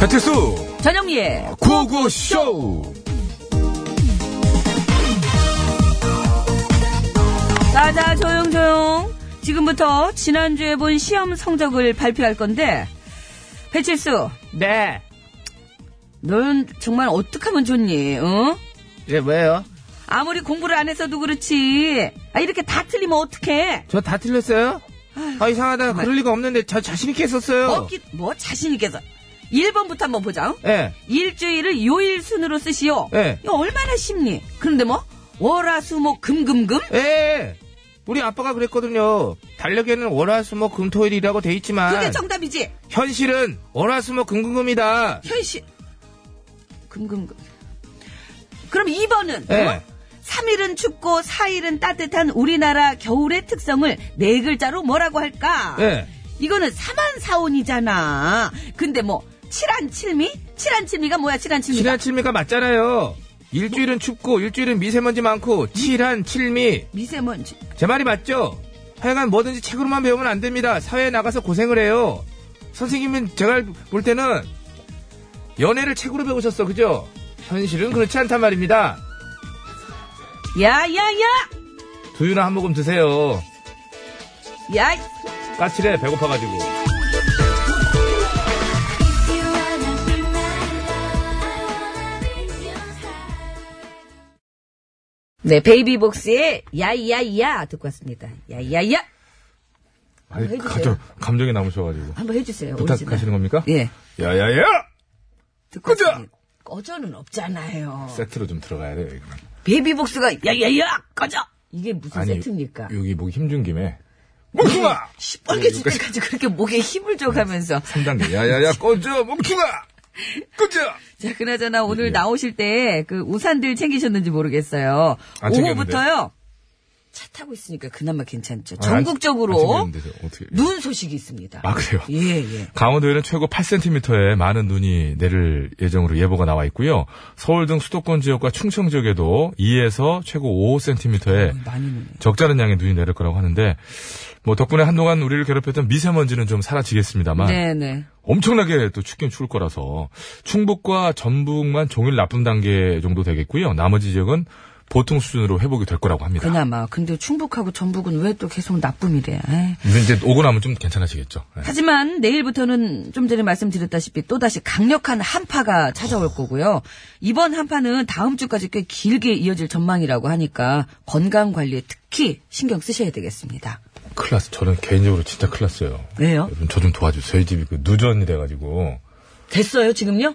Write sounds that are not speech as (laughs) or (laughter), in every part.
배칠수 전영미의 구구쇼 자자 조용조용 지금부터 지난주에 본 시험 성적을 발표할 건데 배칠수 네. 넌 정말 어떡하면 좋니 응? 이게 왜요? 아무리 공부를 안 했어도 그렇지 아 이렇게 다 틀리면 어떡해 저 다 틀렸어요? 아 이상하다. 네. 그럴 리가 없는데 저 자신 있게 했었어요. 어기 뭐 자신 있게서 1번부터 한번 보자 응? 예. 일주일을 요일 순으로 쓰시오 네. 이거 얼마나 쉽니 그런데 뭐 월화수목 뭐 금금금 예. 우리 아빠가 그랬거든요. 달력에는 월화수목 금토일이라고 돼 있지만 아. 그게 정답이지 현실은 월화수목 금금금이다. 현실. 금금금. 그럼 2번은? 예. 네. 3일은 춥고 4일은 따뜻한 우리나라 겨울의 특성을 네 글자로 뭐라고 할까? 네. 예. 이거는 사만사온이잖아. 근데 뭐, 칠한칠미? 칠한칠미가 뭐야, 칠한칠미? 칠한 칠미가 맞잖아요. 일주일은 춥고 일주일은 미세먼지 많고 칠한 칠미 미세먼지. 제 말이 맞죠? 하여간 뭐든지 책으로만 배우면 안 됩니다. 사회에 나가서 고생을 해요. 선생님은 제가 볼 때는 연애를 책으로 배우셨어, 그죠? 현실은 그렇지 않단 말입니다. 야, 야, 야! 두유나 한 모금 드세요. 야, 까칠해, 배고파가지고. 네, 베이비복스의 야, 야, 야! 듣고 왔습니다. 야, 야, 야! 아니, 해주세요. 갑자기 감정이 남으셔가지고 한번 해주세요. 부탁하시는 오리지널. 겁니까? 예. 야야야 듣고 꺼져! 왔습니다. 꺼져는 없잖아요. 세트로 좀 들어가야 돼요 이거는 베이비복스가 야야야 꺼져 이게 무슨 세트입니까? 네, 여기 목이 힘준 김에 멍충아 네, 시뻘개질 때까지 그렇게 목에 힘을 줘가면서 3단계 야야야 꺼져 (laughs) 멍충아 꺼져 자 그나저나 예. 오늘 나오실 때 그 오산들 챙기셨는지 모르겠어요 안 오후부터요 차 타고 있으니까 그나마 괜찮죠 아, 안- 전국적으로 안 챙겼는데, 어떻게- 눈 소식이 있습니다 아 그래요? 예예 강원도에는 최고 8cm의 많은 눈이 내릴 예정으로 예보가 나와 있고요. 서울 등 수도권 지역과 충청 지역에도 2에서 최고 5cm의 많이 눈 적잖은 양의 눈이 내릴 거라고 하는데 뭐 덕분에 한동안 우리를 괴롭혔던 미세먼지는 좀 사라지겠습니다만 네네 엄청나게 또 춥긴 추울 거라서 충북과 전북만 종일 나쁨 단계 정도 되겠고요. 나머지 지역은 보통 수준으로 회복이 될 거라고 합니다. 그나마 근데 충북하고 전북은 왜 또 계속 나쁨이래 에이. 근데 이제 오고 나면 좀 괜찮아지겠죠. 네. 하지만 내일부터는 좀 전에 말씀드렸다시피 또다시 강력한 한파가 찾아올 거고요. 이번 한파는 다음 주까지 꽤 길게 이어질 전망이라고 하니까 건강 관리에 특히 신경 쓰셔야 되겠습니다. 큰일 났어. 저는 개인적으로 진짜 큰일 났어요. 왜요? 여러분 저 좀 도와주세요. 저희 집이 그 누전이 돼가지고 됐어요, 지금요?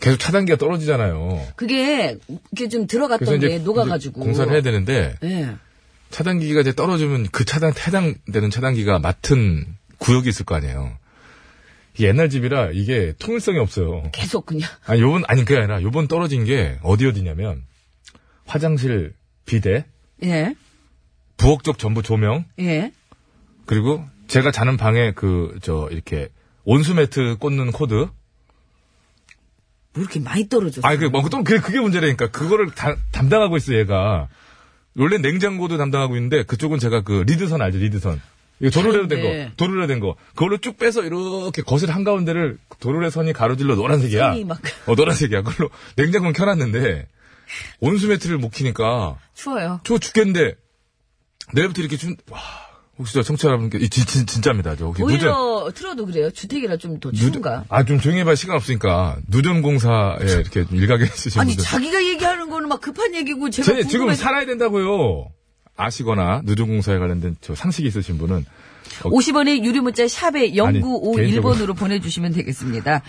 계속 차단기가 떨어지잖아요. 그게 이렇게 좀 그래서 들어갔던 이제 게 이제 녹아가지고. 공사를 해야 되는데 예. 차단기가 이제 떨어지면 그 차단 해당되는 차단기가 맡은 구역이 있을 거 아니에요. 이게 옛날 집이라 이게 통일성이 없어요. 계속 그냥. 아니 요번 아니 그게 아니라 요번 떨어진 게 어디 어디냐면 화장실 비대 예. 부엌 쪽 전부 조명 예. 그리고 제가 자는 방에 그 저 이렇게 온수 매트 꽂는 코드 뭐 이렇게 많이 떨어졌어. 아니, 그, 뭐, 또, 그게, 그게 문제라니까. 그거를 다- 담당하고 있어, 얘가. 원래 냉장고도 담당하고 있는데, 그쪽은 제가 그, 리드선 알죠, 리드선. 이거 도르래로 된 네. 거, 도르래로 된 거. 그걸로 쭉 빼서 이렇게 거실 한가운데를 도르래선이 가로질러 노란색이야. 선이 막. 어, 노란색이야. 그걸로 냉장고는 켜놨는데, 온수 매트를 못 키니까, 추워요. 추워 죽겠는데, 내일부터 이렇게 준, 와, 혹시 저 청취자 여러분께, 이, 진, 진, 진짜입니다. 저, 혹시 누전- 오히려 틀어도 그래요. 주택이라 좀 더 추운가? 아, 좀 조용히 해봐. 시간 없으니까. 누전공사에 이렇게 일각에 있으신 아니 분들. 자기가 얘기하는 거는 막 급한 얘기고 제가 제 궁금해. 지금 살아야 된다고요. 아시거나 누전공사에 관련된 저 상식이 있으신 분은 어, 50원의 유료 문자 샵에 아니, 0951번으로 보내주시면 되겠습니다.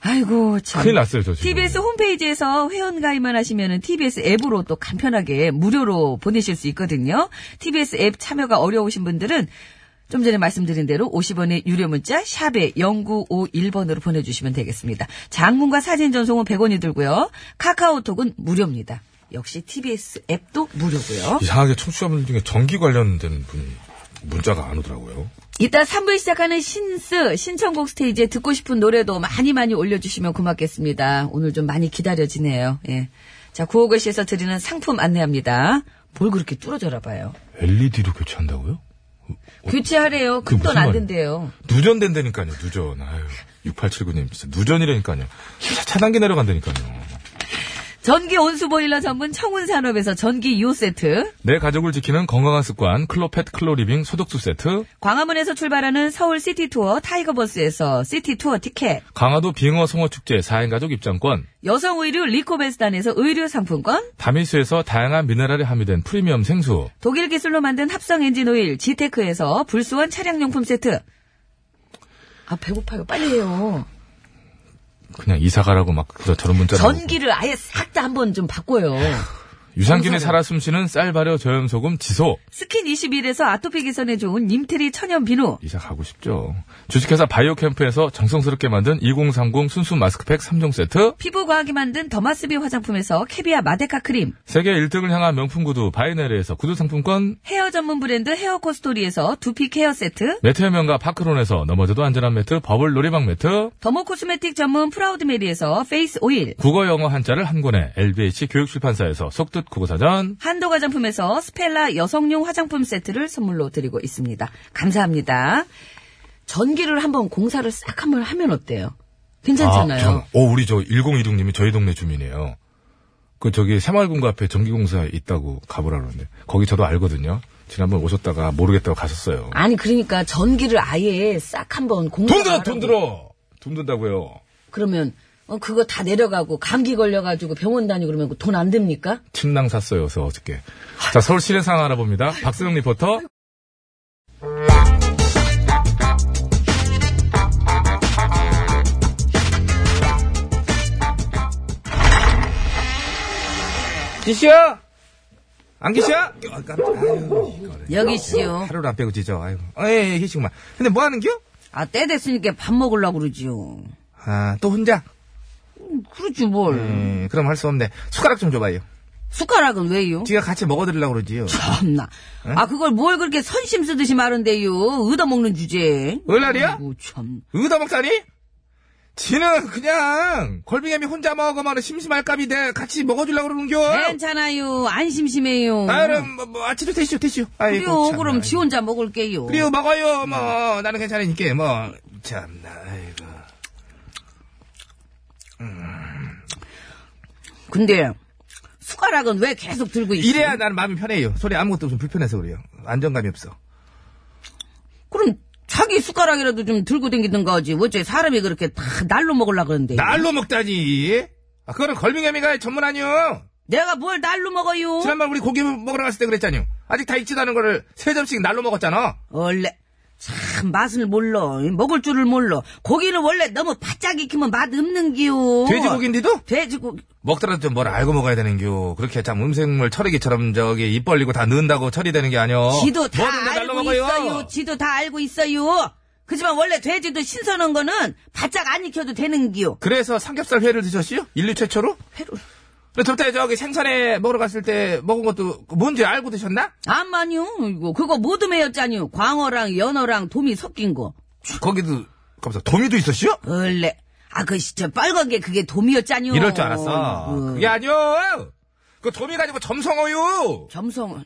아이고 참. 큰일 났어요, 저 지금. TBS 홈페이지에서 회원 가입만 하시면은 TBS 앱으로 또 간편하게 무료로 보내실 수 있거든요. TBS 앱 참여가 어려우신 분들은 좀 전에 말씀드린 대로 50원의 유료 문자 샵에 0951번으로 보내주시면 되겠습니다. 장문과 사진 전송은 100원이 들고요. 카카오톡은 무료입니다. 역시 TBS 앱도 무료고요. 이상하게 청취자분들 중에 전기 관련된 분이 문자가 안 오더라고요. 이따 3부에 시작하는 신스 신청곡 스테이지에 듣고 싶은 노래도 많이 많이 올려주시면 고맙겠습니다. 오늘 좀 많이 기다려지네요. 예. 자, 구호글씨에서 드리는 상품 안내합니다. 뭘 그렇게 뚫어져라 봐요. LED로 교체한다고요? 교체하래요. 어, 큰 그게 돈 무슨 안 말이야? 된대요. 누전 된다니까요, 누전. 아유, 6879님, 진짜 누전이라니까요. 차- 차단기 내려간다니까요. 전기 온수 보일러 전문 청운산업에서 전기 요 세트, 내 가족을 지키는 건강한 습관, 클로펫 클로리빙 소독수 세트, 광화문에서 출발하는 서울 시티 투어 타이거버스에서 시티 투어 티켓, 강화도 빙어 송어축제 4인 가족 입장권, 여성 의류 리코베스단에서 의류 상품권, 다미수에서 다양한 미네랄이 함유된 프리미엄 생수. 독일 기술로 만든 합성 엔진 오일 지테크에서 불수원 차량용품 세트. 아 배고파요. 빨리 해요. 그냥 이사 가라고 막 그저 저런 문자 전기를 아예 싹 다 한번 좀 바꿔요. 유산균이 전기를- 살아 숨쉬는 쌀 발효 저염소금 지소. 스킨 21에서 아토피 개선에 좋은 님테리 천연 비누, 이사 가고 싶죠. 주식회사 바이오캠프에서 정성스럽게 만든 2030 순수 마스크팩 3종 세트, 피부 과학이 만든 더마스비 화장품에서 캐비아 마데카 크림, 세계 1등을 향한 명품 구두 바이네르에서 구두 상품권, 헤어 전문 브랜드 헤어코스토리에서 두피 케어 세트, 매트의 명가 파크론에서 넘어져도 안전한 매트 버블 놀이방 매트, 더모 코스메틱 전문 프라우드메리에서 페이스 오일, 국어 영어 한자를 한 권에 LBH 교육출판사에서 속뜻 국어사전, 한도 화장품에서 스펠라 여성용 화장품 세트를 선물로 드리고 있습니다. 감사합니다. 전기를 한번 공사를 싹 한번 하면 어때요? 괜찮잖아요. 아, 저, 어, 우리 저 1016님이 저희 동네 주민이에요. 그 저기 새마을군가 앞에 전기공사 있다고 가보라 그러는데 거기 저도 알거든요. 지난번 오셨다가 모르겠다고 가셨어요. 아니 그러니까 전기를 아예 싹 한번 공사. 돈 들어, 돈 들어, 돈 든다고요. 그러면 어, 그거 다 내려가고 감기 걸려가지고 병원 다니고 그러면 돈 안 됩니까? 침낭 샀어요, 그래서 어저께. 자, 서울 시내 상황 알아봅니다. 박세영 리포터. 기시야! 안 기시야? 아, 깜짝- 아유, 이거를. 여기 씨요. 하루를 안 빼고 지죠. 아이고. 어, 예, 예, 계시구만. 근데 뭐 하는겨? 아, 때 됐으니까 밥 먹으려고 그러지요. 아, 또 혼자? 그러지 뭘. 음, 그럼 할 수 없네. 숟가락 좀 줘봐요. 숟가락은 왜요? 지가 같이 먹어드리려고 그러지요. 참나. 아, 그걸 뭘 그렇게 선심 쓰듯이 말은데요. 얻어먹는 주제에. 얼라리야? 아이고, 참. 의다먹다니? 지는 그냥 걸빙애미 혼자 먹어만 심심할 값인데 같이 먹어주려고 그러는겨. 네. 괜찮아요. 안 심심해요. 아, 그럼 뭐, 뭐, 아, 치료 되시죠, 되시죠. 아이고, 그래요. 참나. 그럼 네. 지 혼자 먹을게요. 그래요, 먹어요. 뭐 나는 괜찮으니까 뭐 참나. 아이고. 근데 숟가락은 왜 계속 들고 있어? 이래야 나는 마음이 편해요. 소리 아무것도 없으면 불편해서 그래요. 안정감이 없어. 그럼 자기 숟가락이라도 좀 들고 댕기든가 하지. 어째 사람이 그렇게 다 날로 먹으려고 그러는데. 날로 먹다니. 아, 그거는 걸빙애미가 전문 아니요. 내가 뭘 날로 먹어요? 지난번 우리 고기 먹으러 갔을 때 그랬잖요. 아직 다 익지도 않은 거를 세 점씩 날로 먹었잖아. 원래 참 맛을 몰라 먹을 줄을 몰라 고기는 원래 너무 바짝 익히면 맛 없는 기요 돼지고기인데도 돼지고기 먹더라도 좀 뭘 알고 먹어야 되는겨. 그렇게 참 음식물 처리기처럼 저기 입 벌리고 다 넣는다고 처리되는 게 아니요. 지도 다 어, 뭐든 날로 알고 먹어요. 있어요 지도 다 알고 있어요 그지만 원래 돼지도 신선한 거는 바짝 안 익혀도 되는 기요 그래서 삼겹살 회를 드셨어요? 인류 최초로? 회로 근데 저때 저기 생선에 먹으러 갔을 때 먹은 것도 뭔지 알고 드셨나? 암만요 이거 그거 모둠회였잖요 광어랑 연어랑 돔이 섞인 거 거기도 감사 도미도 있었어요? 원래 아그 진짜 빨간 게 그게 돔이었잖요 이럴 줄 알았어. 음. 그게 아니요. 그 도미 가지고 점성어요. 점성은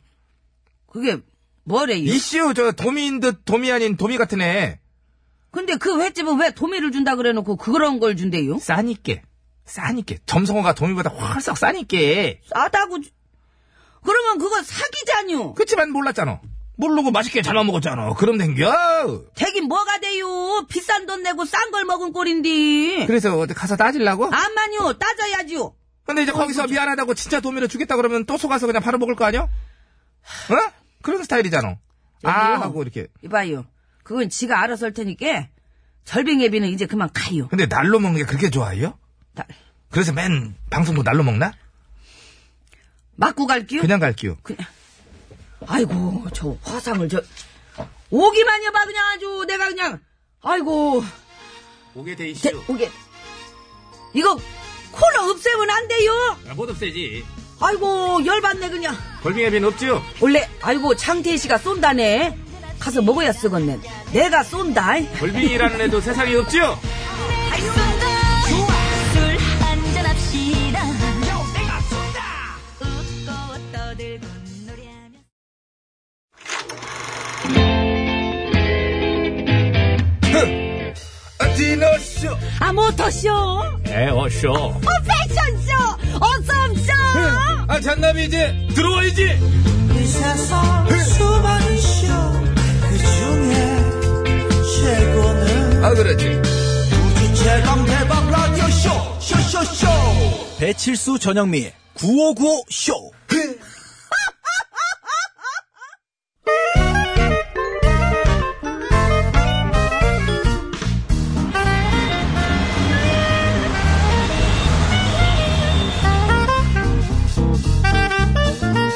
그게 뭐래요 이씨요 저 도미인 듯 도미 아닌 도미 같은 애. 근데 그 횟집은 왜 도미를 준다 그래놓고 그런 걸 준대요? 싸니께. 싸니께. 점성어가 도미보다 훨씬 싸니께. 싸다고. 주- 그러면 그거 사기잖요. 그치만 몰랐잖아. 모르고 맛있게 잘라 먹었잖아. 그럼 된겨. 되긴 뭐가 돼요. 비싼 돈 내고 싼 걸 먹은 꼴인데. 그래서 어디 가서 따지려고? 아만요. 따져야지요. 근데 이제 거기서 미안하다고 진짜 도미를 주겠다 그러면 또 속아서 그냥 바로 먹을 거 아니야? 어? 그런 스타일이잖아. 아 여기요. 하고 이렇게. 이봐요. 그건 지가 알아서 할 테니까 절빙예비는 이제 그만 가요. 근데 날로 먹는 게 그렇게 좋아요? 나- 그래서 맨 방송도 날로 먹나? 맞고 갈게요. 그냥 갈게요. 그냥. 아이고 저 화상을 저 오기만 여봐 그냥 아주 내가 그냥 아이고 오게 돼 대, 오게 이거 콜라 없애면 안 돼요. 못 없애지. 아이고 열받네 그냥. 걸빙애비는 없지요? 원래 아이고 장태희 씨가 쏜다네. 가서 먹어야 쓰겠네. 내가 쏜다. 걸빙이라는 애도 세상에 없지요? 술 한잔합시다. 웃고 떠들고 노래하며 쇼! 아, 모터쇼! 네, 에어쇼! 어, 패션쇼! 어쩜쇼! 아, 잔남이 이제 들어와야지! 이 세상 수많은 쇼그 중에 최고는 아, 그렇지. 우주 최강 대박 라디오 쇼 쇼쇼쇼 배칠수 전영미 9595 쇼.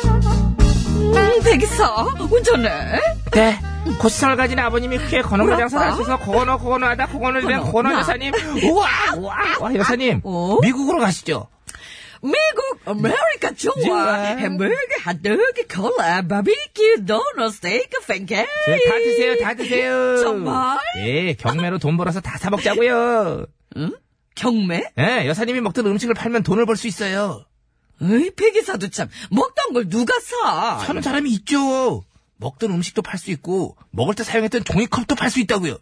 음, 백이사, 운전해. 네. 고수철 가진 아버님이 크게 건어물 우리 장사를 아빠? 하셔서 고건어 고건어 하다 고건어 이래 고건어, 고건어 나. 여사님 우와 우와 우와 여사님 어? 미국으로 가시죠 미국, 아메리카 좋아. 좋아. 햄버거, 핫도그, 콜라, 바비큐, 도넛, 스테이크, 팬케이크. 네, 다 드세요 다 드세요 정말? 예 경매로 돈 벌어서 다 사 먹자고요 경매? 예 여사님이 먹던 음식을 팔면 돈을 벌 수 있어요 에이, 백이사도 참. 먹던 걸 누가 사? 사는 사람이 있죠 먹던 음식도 팔 수 있고 먹을 때 사용했던 종이컵도 팔 수 있다고요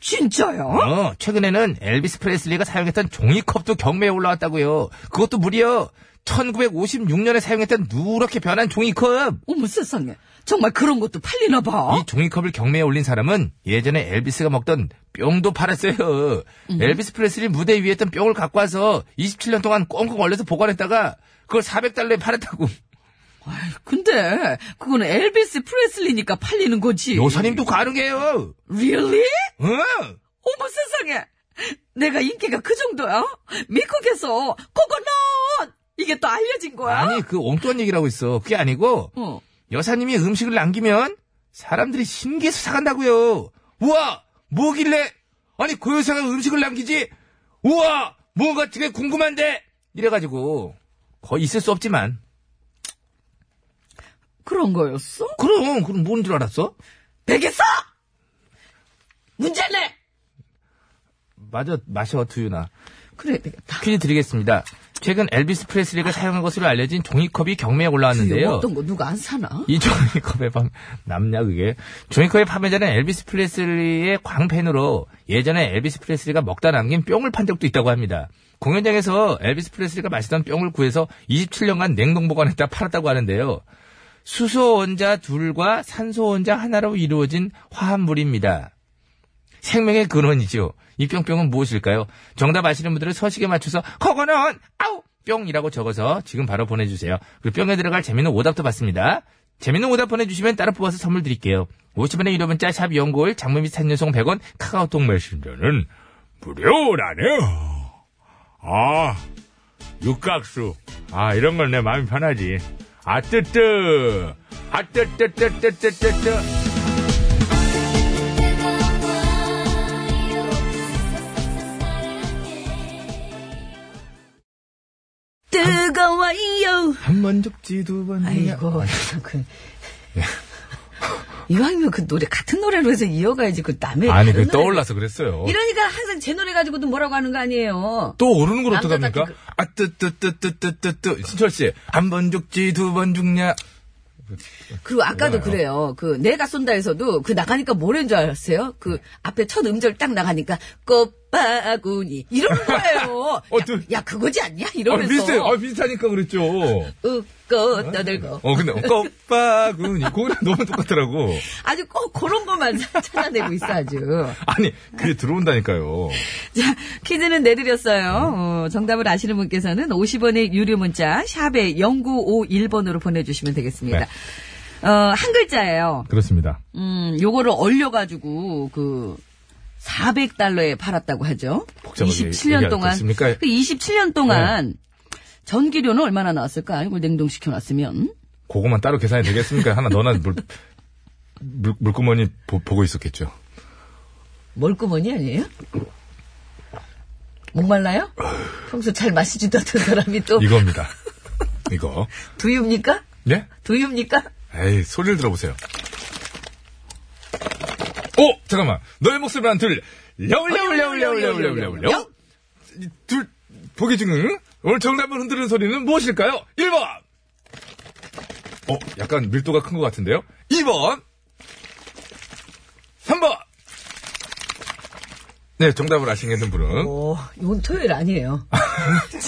진짜요? 어, 최근에는 엘비스 프레슬리가 사용했던 종이컵도 경매에 올라왔다고요 그것도 무려 1956년에 사용했던 누렇게 변한 종이컵 어머 세상에. 정말 그런 것도 팔리나 봐. 이 종이컵을 경매에 올린 사람은 예전에 엘비스가 먹던 뿅도 팔았어요. 엘비스 프레슬리 무대 위에 있던 뿅을 갖고 와서 27년 동안 꽁꽁 얼려서 보관했다가 그걸 400달러에 팔았다고. 근데 그건 엘비스 프레슬리니까 팔리는 (laughs) 거지. 여사님도 가능해요. Really? 응. 어머 세상에. 내가 인기가 그 정도야? 미국에서 코코넛 이게 또 알려진 거야? 아니 그 엉뚱한 얘기라고 있어. 그게 아니고 어. 여사님이 음식을 남기면 사람들이 신기해서 사간다고요. 우와 뭐길래 아니 그 여사가 음식을 남기지 우와 뭔가 되게 궁금한데 이래가지고 거의 있을 수 없지만 그런 거였어? 그럼 그럼 뭔 줄 알았어? 되겠어? 문제네. 맞아 마셔 두유나 그래야 되겠다. 퀴즈 드리겠습니다. 최근 엘비스 프레슬리가 사용한 것으로 알려진 종이컵이 경매에 올라왔는데요. 뭐 어떤 거 누가 안 사나? 이 종이컵의 판 남냐 그게 종이컵의 판매자는 엘비스 프레슬리의 광팬으로 예전에 엘비스 프레슬리가 먹다 남긴 뿅을 판 적도 있다고 합니다. 공연장에서 엘비스 프레슬리가 마시던 뿅을 구해서 27년간 냉동 보관했다 팔았다고 하는데요. 수소 원자 둘과 산소 원자 하나로 이루어진 화합물입니다. 생명의 근원이죠. 이 뿅뿅은 무엇일까요? 정답 아시는 분들은 서식에 맞춰서 그거는 아우 뿅이라고 적어서 지금 바로 보내주세요. 그리고 뿅에 들어갈 재밌는 오답도 받습니다. 재밌는 오답 보내주시면 따로 뽑아서 선물 드릴게요. 50원의 유료 문자 샵 연골 장문 및 산연송 100원 카카오톡 메신저는 무료라네요. 아, 육각수. 아, 이런 건 내 마음이 편하지. 아, 뜨뜨. 아, 뜨뜨뜨뜨뜨뜨뜨. 뜨거워요. 한 번 접지 두번 아이고, 그. 이왕이면 그 노래, 같은 노래로 해서 이어가야지, 그 남의. 아니, 그 노래를- 떠올라서 그랬어요. 이러니까 항상 제 노래 가지고도 뭐라고 하는 거 아니에요. 또 오르는 걸 남자 어떡합니까? 같은 아, 뜨뜨뜨뜨뜨뜨뜨. 신철 씨, 한 번 죽지, 두 번 죽냐. 아, 그리고 아까도 몰라요. 그래요. 그 내가 쏜다에서도 그 나가니까 뭐라는 줄 알았어요? 그 앞에 첫 음절 딱 나가니까 꽃바구니 이러는 거예요. (laughs) 어, 야, 또- 야, 그거지 않냐? 아, 이러면서 비슷해요. 아, 비슷하니까 그랬죠. 웃고 떠들고 (laughs) 어, 근데, 껍바구니. 그거랑 너무 똑같더라고. 아주 꼭 그런 것만 (laughs) 찾아내고 있어 아주. 아니, 그게 들어온다니까요. 자, 퀴즈는 내드렸어요. 어, 정답을 아시는 분께서는 50원의 유료 문자 샵에 0951번으로 보내주시면 되겠습니다. 어, 한 글자예요. 네. 그렇습니다. 음, 요거를 얼려가지고 그 400달러에 팔았다고 하죠. 복잡하게 27년 얘기할 거 동안. 있습니까? 네. 그 27년 동안 전기료는 얼마나 나왔을까? 이걸 냉동시켜놨으면. 그거만 따로 계산이 되겠습니까? 하나 너나 물, 물, 물구멍이 보, 보고 있었겠죠. 멀구머니 아니에요? 목말라요? 평소 잘 마시지도 않던 사람이 또 이겁니다. 이거. 두유입니까? 예? 두유입니까? 에이, 소리를 들어보세요. 오! 잠깐만. 너의 목소리만 들. 려울려울려울려울려울려울려. 둘, 보기 증응. 오늘 정답을 흔드는 소리는 무엇일까요? 1번! 어, 약간 밀도가 큰 것 같은데요? 2번! 3번! 네, 정답을 아시겠는 분은. 오, 이건 토요일 아니에요.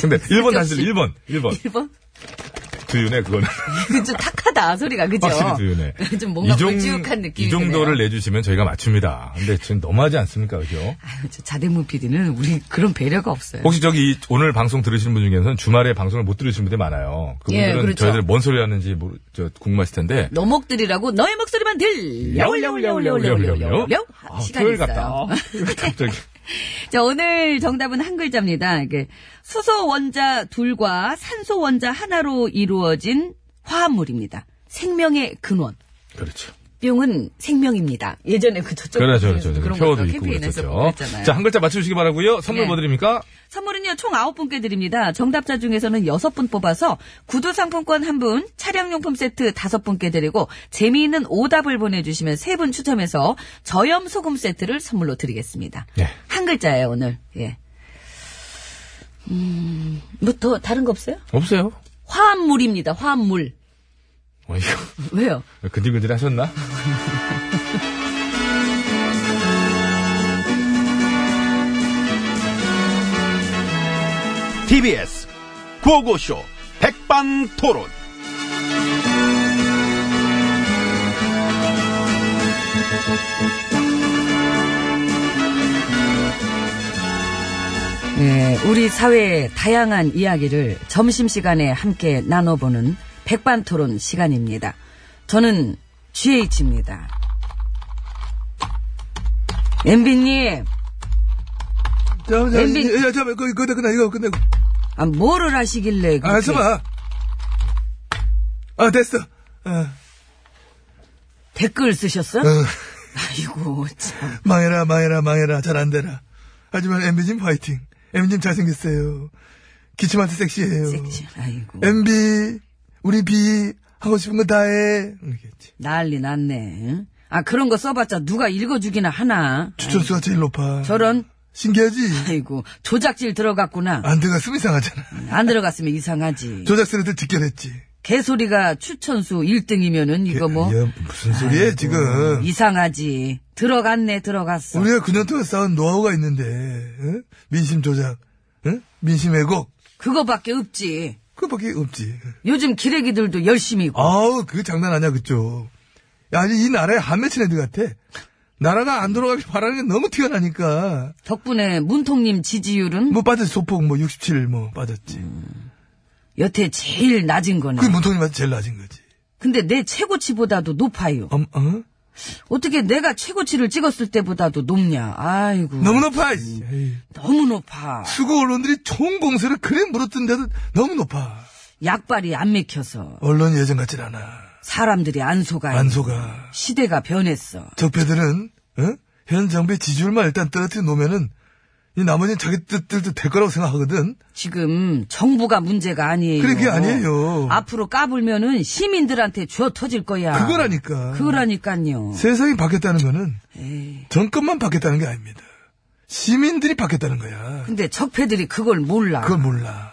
근데 1번 다시 1번, 1번. 1번? 두윤의 그거는. 이건 좀 탁하다, 소리가, 그죠? 확실히 두윤의. (laughs) 좀 뭔가 종- 걸쭉한 느낌이. 이 정도를 내주시면 저희가 맞춥니다. 근데 지금 너무하지 않습니까, 그죠? 아유, 저 자대문 PD는 우리 그런 배려가 없어요. 혹시 저기 이- 오늘 방송 들으시는 분 중에서는 주말에 방송을 못 들으신 분들이 많아요. 그분들은 예, 그렇죠. 저희들 뭔 소리 하는지 모르, 저, 궁금하실 텐데. 너목들이라고 너의 목소리만 들려올려올려올려올려올려 아, 시간이 토요일 (laughs) 같다. 있어요. 갑자기. 자 오늘 정답은 한 글자입니다. 이게 수소 원자 둘과 산소 원자 하나로 이루어진 화합물입니다. 생명의 근원. 그렇죠. 뿅은 생명입니다. 예전에 그 저쪽 그렇죠, 그렇죠. 그런 표어도 것도 있고 캠페인에서 그랬었죠. 했잖아요. 자, 한 글자 맞춰주시기 바라고요 선물 네. 뭐 드립니까? 선물은요, 총 9분께 드립니다. 정답자 중에서는 6분 뽑아서 구두 상품권 1분, 차량용품 세트 5분께 드리고, 재미있는 오답을 보내주시면 3분 추첨해서 저염 소금 세트를 선물로 드리겠습니다. 네. 한 글자예요, 오늘. 예. 음, 뭐 더, 다른 거 없어요? 없어요. 화합물입니다, 화합물. 어, 이거, (laughs) 왜요? 근질근질 하셨나? TBS 구호고쇼 백반토론. 어, 예, 우리 사회의 다양한 이야기를 점심시간에 함께 나눠보는 백반 토론 시간입니다. 저는 GH입니다. MB님, 잠깐만, 엠비- 잠깐만, 잠깐만, 그거, 그거 끝나, 이거 끝내고. 아, 뭐를 하시길래. 아, 그렇게- 잠깐만. 아, 됐어. 아, 댓글 쓰셨어? 아이고, 참. 망해라, 망해라, 망해라. 잘 안 되라. 하지만 엠비님 화이팅. 엠비님 잘생겼어요. 기침한테 섹시해요. 섹시, 아이고. 엠비, 우리 비, 하고 싶은 거 다 해. 이러겠지. 난리 났네. 응? 아, 그런 거 써봤자 누가 읽어주기나 하나. 추천수가 제일 높아. 저런, 신기하지? 아이고, 조작질 들어갔구나. 안 들어갔으면 이상하잖아. 안 들어갔으면 이상하지. 조작스레들 직결했지. 개소리가 추천수 1등이면은 이거 뭐 야, 무슨 소리야, 지금. 이상하지. 들어갔네 들어갔어. 우리가 9년 동안 쌓은 노하우가 있는데, 응? 민심 조작, 응? 민심 왜곡, 그거밖에 없지. 그거밖에 없지. 요즘 기레기들도 열심히 있고. 아우, 그 장난 아니야, 그쪽. 야, 아니, 이 나라에 한 맺힌 애들 같아. 나라가 안 돌아가길 바라는 게 너무 튀어나니까. 덕분에 문통님 지지율은 뭐 빠졌지, 소폭 뭐 67, 뭐 빠졌지. 여태 제일 낮은 거네. 그게 뭐- 문통님한테 제일 낮은 거지. 근데 내 최고치보다도 높아요. 엄, 어? 어떻게 내가 최고치를 찍었을 때보다도 높냐. 아이고. 너무 높아, 이씨. 에이, 너무 높아. 수고 언론들이 총 공세를 그래 물었던데도 너무 높아. 약발이 안 맥혀서 언론이 예전 같질 않아. 사람들이 안 속아요. 안 속아. 시대가 변했어. 적폐들은 어? 현 정부의 지지율만 일단 떨어뜨려 놓으면은 이 나머지는 자기 뜻들도 될 거라고 생각하거든. 지금 정부가 문제가 아니에요. 그래, 그게 아니에요. 앞으로 까불면은 시민들한테 쥐어 터질 거야. 그거라니까. 아. 그거라니까요. 세상이 바뀌었다는 거는 에이, 정권만 바뀌었다는 게 아닙니다. 시민들이 바뀌었다는 거야. 근데 적폐들이 그걸 몰라. 그걸 몰라.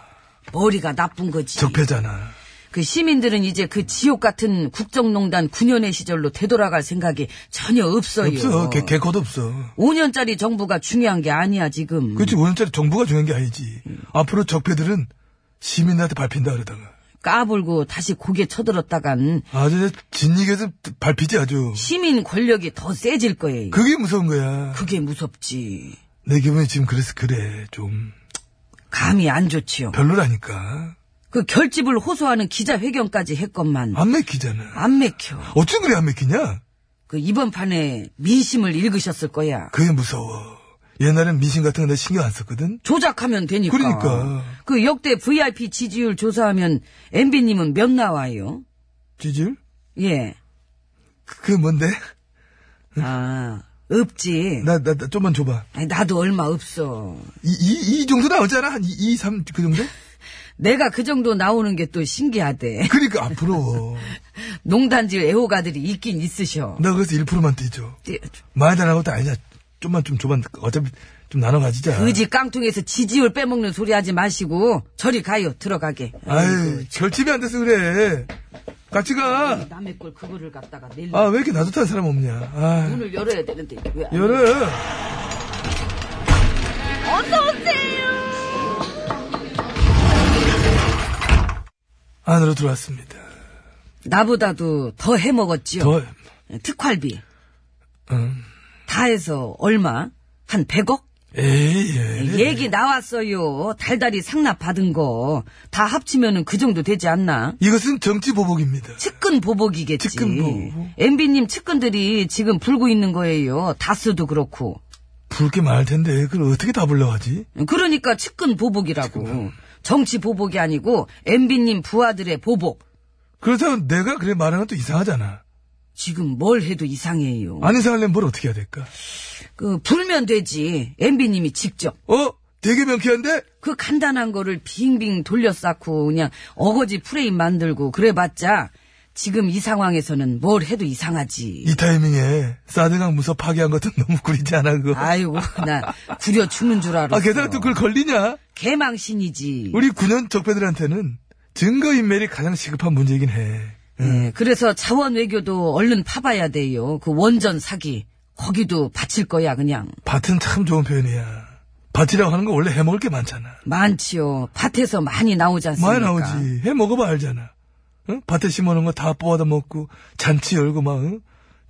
머리가 나쁜 거지. 적폐잖아. 그 시민들은 이제 그 지옥 같은 국정농단 9년의 시절로 되돌아갈 생각이 전혀 없어요. 없어. 개, 개컷 없어. 5년짜리 정부가 중요한 게 아니야 지금. 그렇지. 5년짜리 정부가 중요한 게 아니지. 앞으로 적폐들은 시민들한테 밟힌다 그러다가. 까불고 다시 고개 쳐들었다간 아주 진리에서 밟히지 아주. 시민 권력이 더 세질 거예요. 그게 무서운 거야. 그게 무섭지. 내 기분이 지금 그래서 그래. 좀 감이 안 좋지요. 별로라니까. 그 결집을 호소하는 기자회견까지 했건만 안 맥히잖아. 안 맥혀. 어쩜 그래 안 맥히냐? 그 이번 판에 민심을 읽으셨을 거야. 그게 무서워. 옛날엔 미신 같은 거 내 신경 안 썼거든? 조작하면 되니까. 그러니까. 그 역대 VIP 지지율 조사하면 MB님은 몇 나와요? 지지율? 예. 그- 그게 뭔데? 아, 없지. 나, 나, 나 좀만 줘봐. 나... 도 얼마 없어. 이, 이, 이 정도 나오잖아? 한 2, 3, 그 정도? 내가 그 정도 나오는 게 또 신기하대. 그러니까 앞으로. 농단질 애호가들이 있긴 있으셔. 나 그래서 1%만 뛰죠. 많이 달라고 것도 아니냐. 좀만 좀 줘봐. 어차피 좀 나눠 가지자. 의지 깡통에서 지지율 빼먹는 소리 하지 마시고 저리 가요. 들어가게. 아유, 결집이 안 돼서 그래. 같이 가. 남의 걸 그거를 갖다가 내일 어. 아, 왜 이렇게 나좋다는 사람 없냐. 아, 문을 열어야 되는데 이게 왜? 안 열어. 안으로 들어왔습니다. 나보다도 더 해먹었지요. 예, 더, 어. 특활비. 다 해서 얼마? 한 100억? 에이, 예. 얘기 나왔어요. 달달이 상납 받은 거. 다 합치면은 그 정도 되지 않나? 이것은 정치 보복입니다. 측근 보복이겠지. 측근 보복. MB님 측근들이 지금 불고 있는 거예요. 다스도 그렇고. 붉게 많을 텐데, 그걸 어떻게 다 불러하지? 그러니까 측근 보복이라고. 정치 보복이 아니고 MB님 부하들의 보복. 그렇다고 내가 그래 말하는 건 또 이상하잖아. 지금 뭘 해도 이상해요. 안 이상하려면 뭘 어떻게 해야 될까? 그 불면 되지. MB님이 직접. 어? 되게 명쾌한데? 그 간단한 거를 빙빙 돌려 쌓고 그냥 어거지 프레임 만들고 그래봤자 지금 이 상황에서는 뭘 해도 이상하지. 이 타이밍에 사드강 무서 파괴한 것도 (laughs) 너무 구리지 않아, 그거. 아, 아이고 나 구려 죽는 줄 알았어. 게다가 또 그걸 걸리냐? 개망신이지. 우리 군현 적배들한테는 증거인멸이 가장 시급한 문제이긴 해. 예, 그래서 자원 외교도 얼른 파봐야 돼요. 그 원전 사기 거기도 바칠 거야 그냥 밭은 참 좋은 표현이야. 밭이라고 하는 거 원래 해먹을 게 많잖아. 많지요. 밭에서 많이 나오지 않습니까? 많이 나오지. 해 먹어봐 알잖아. 응? 밭에 심어놓은 거 다 뽑아다 먹고 잔치 열고 막 응?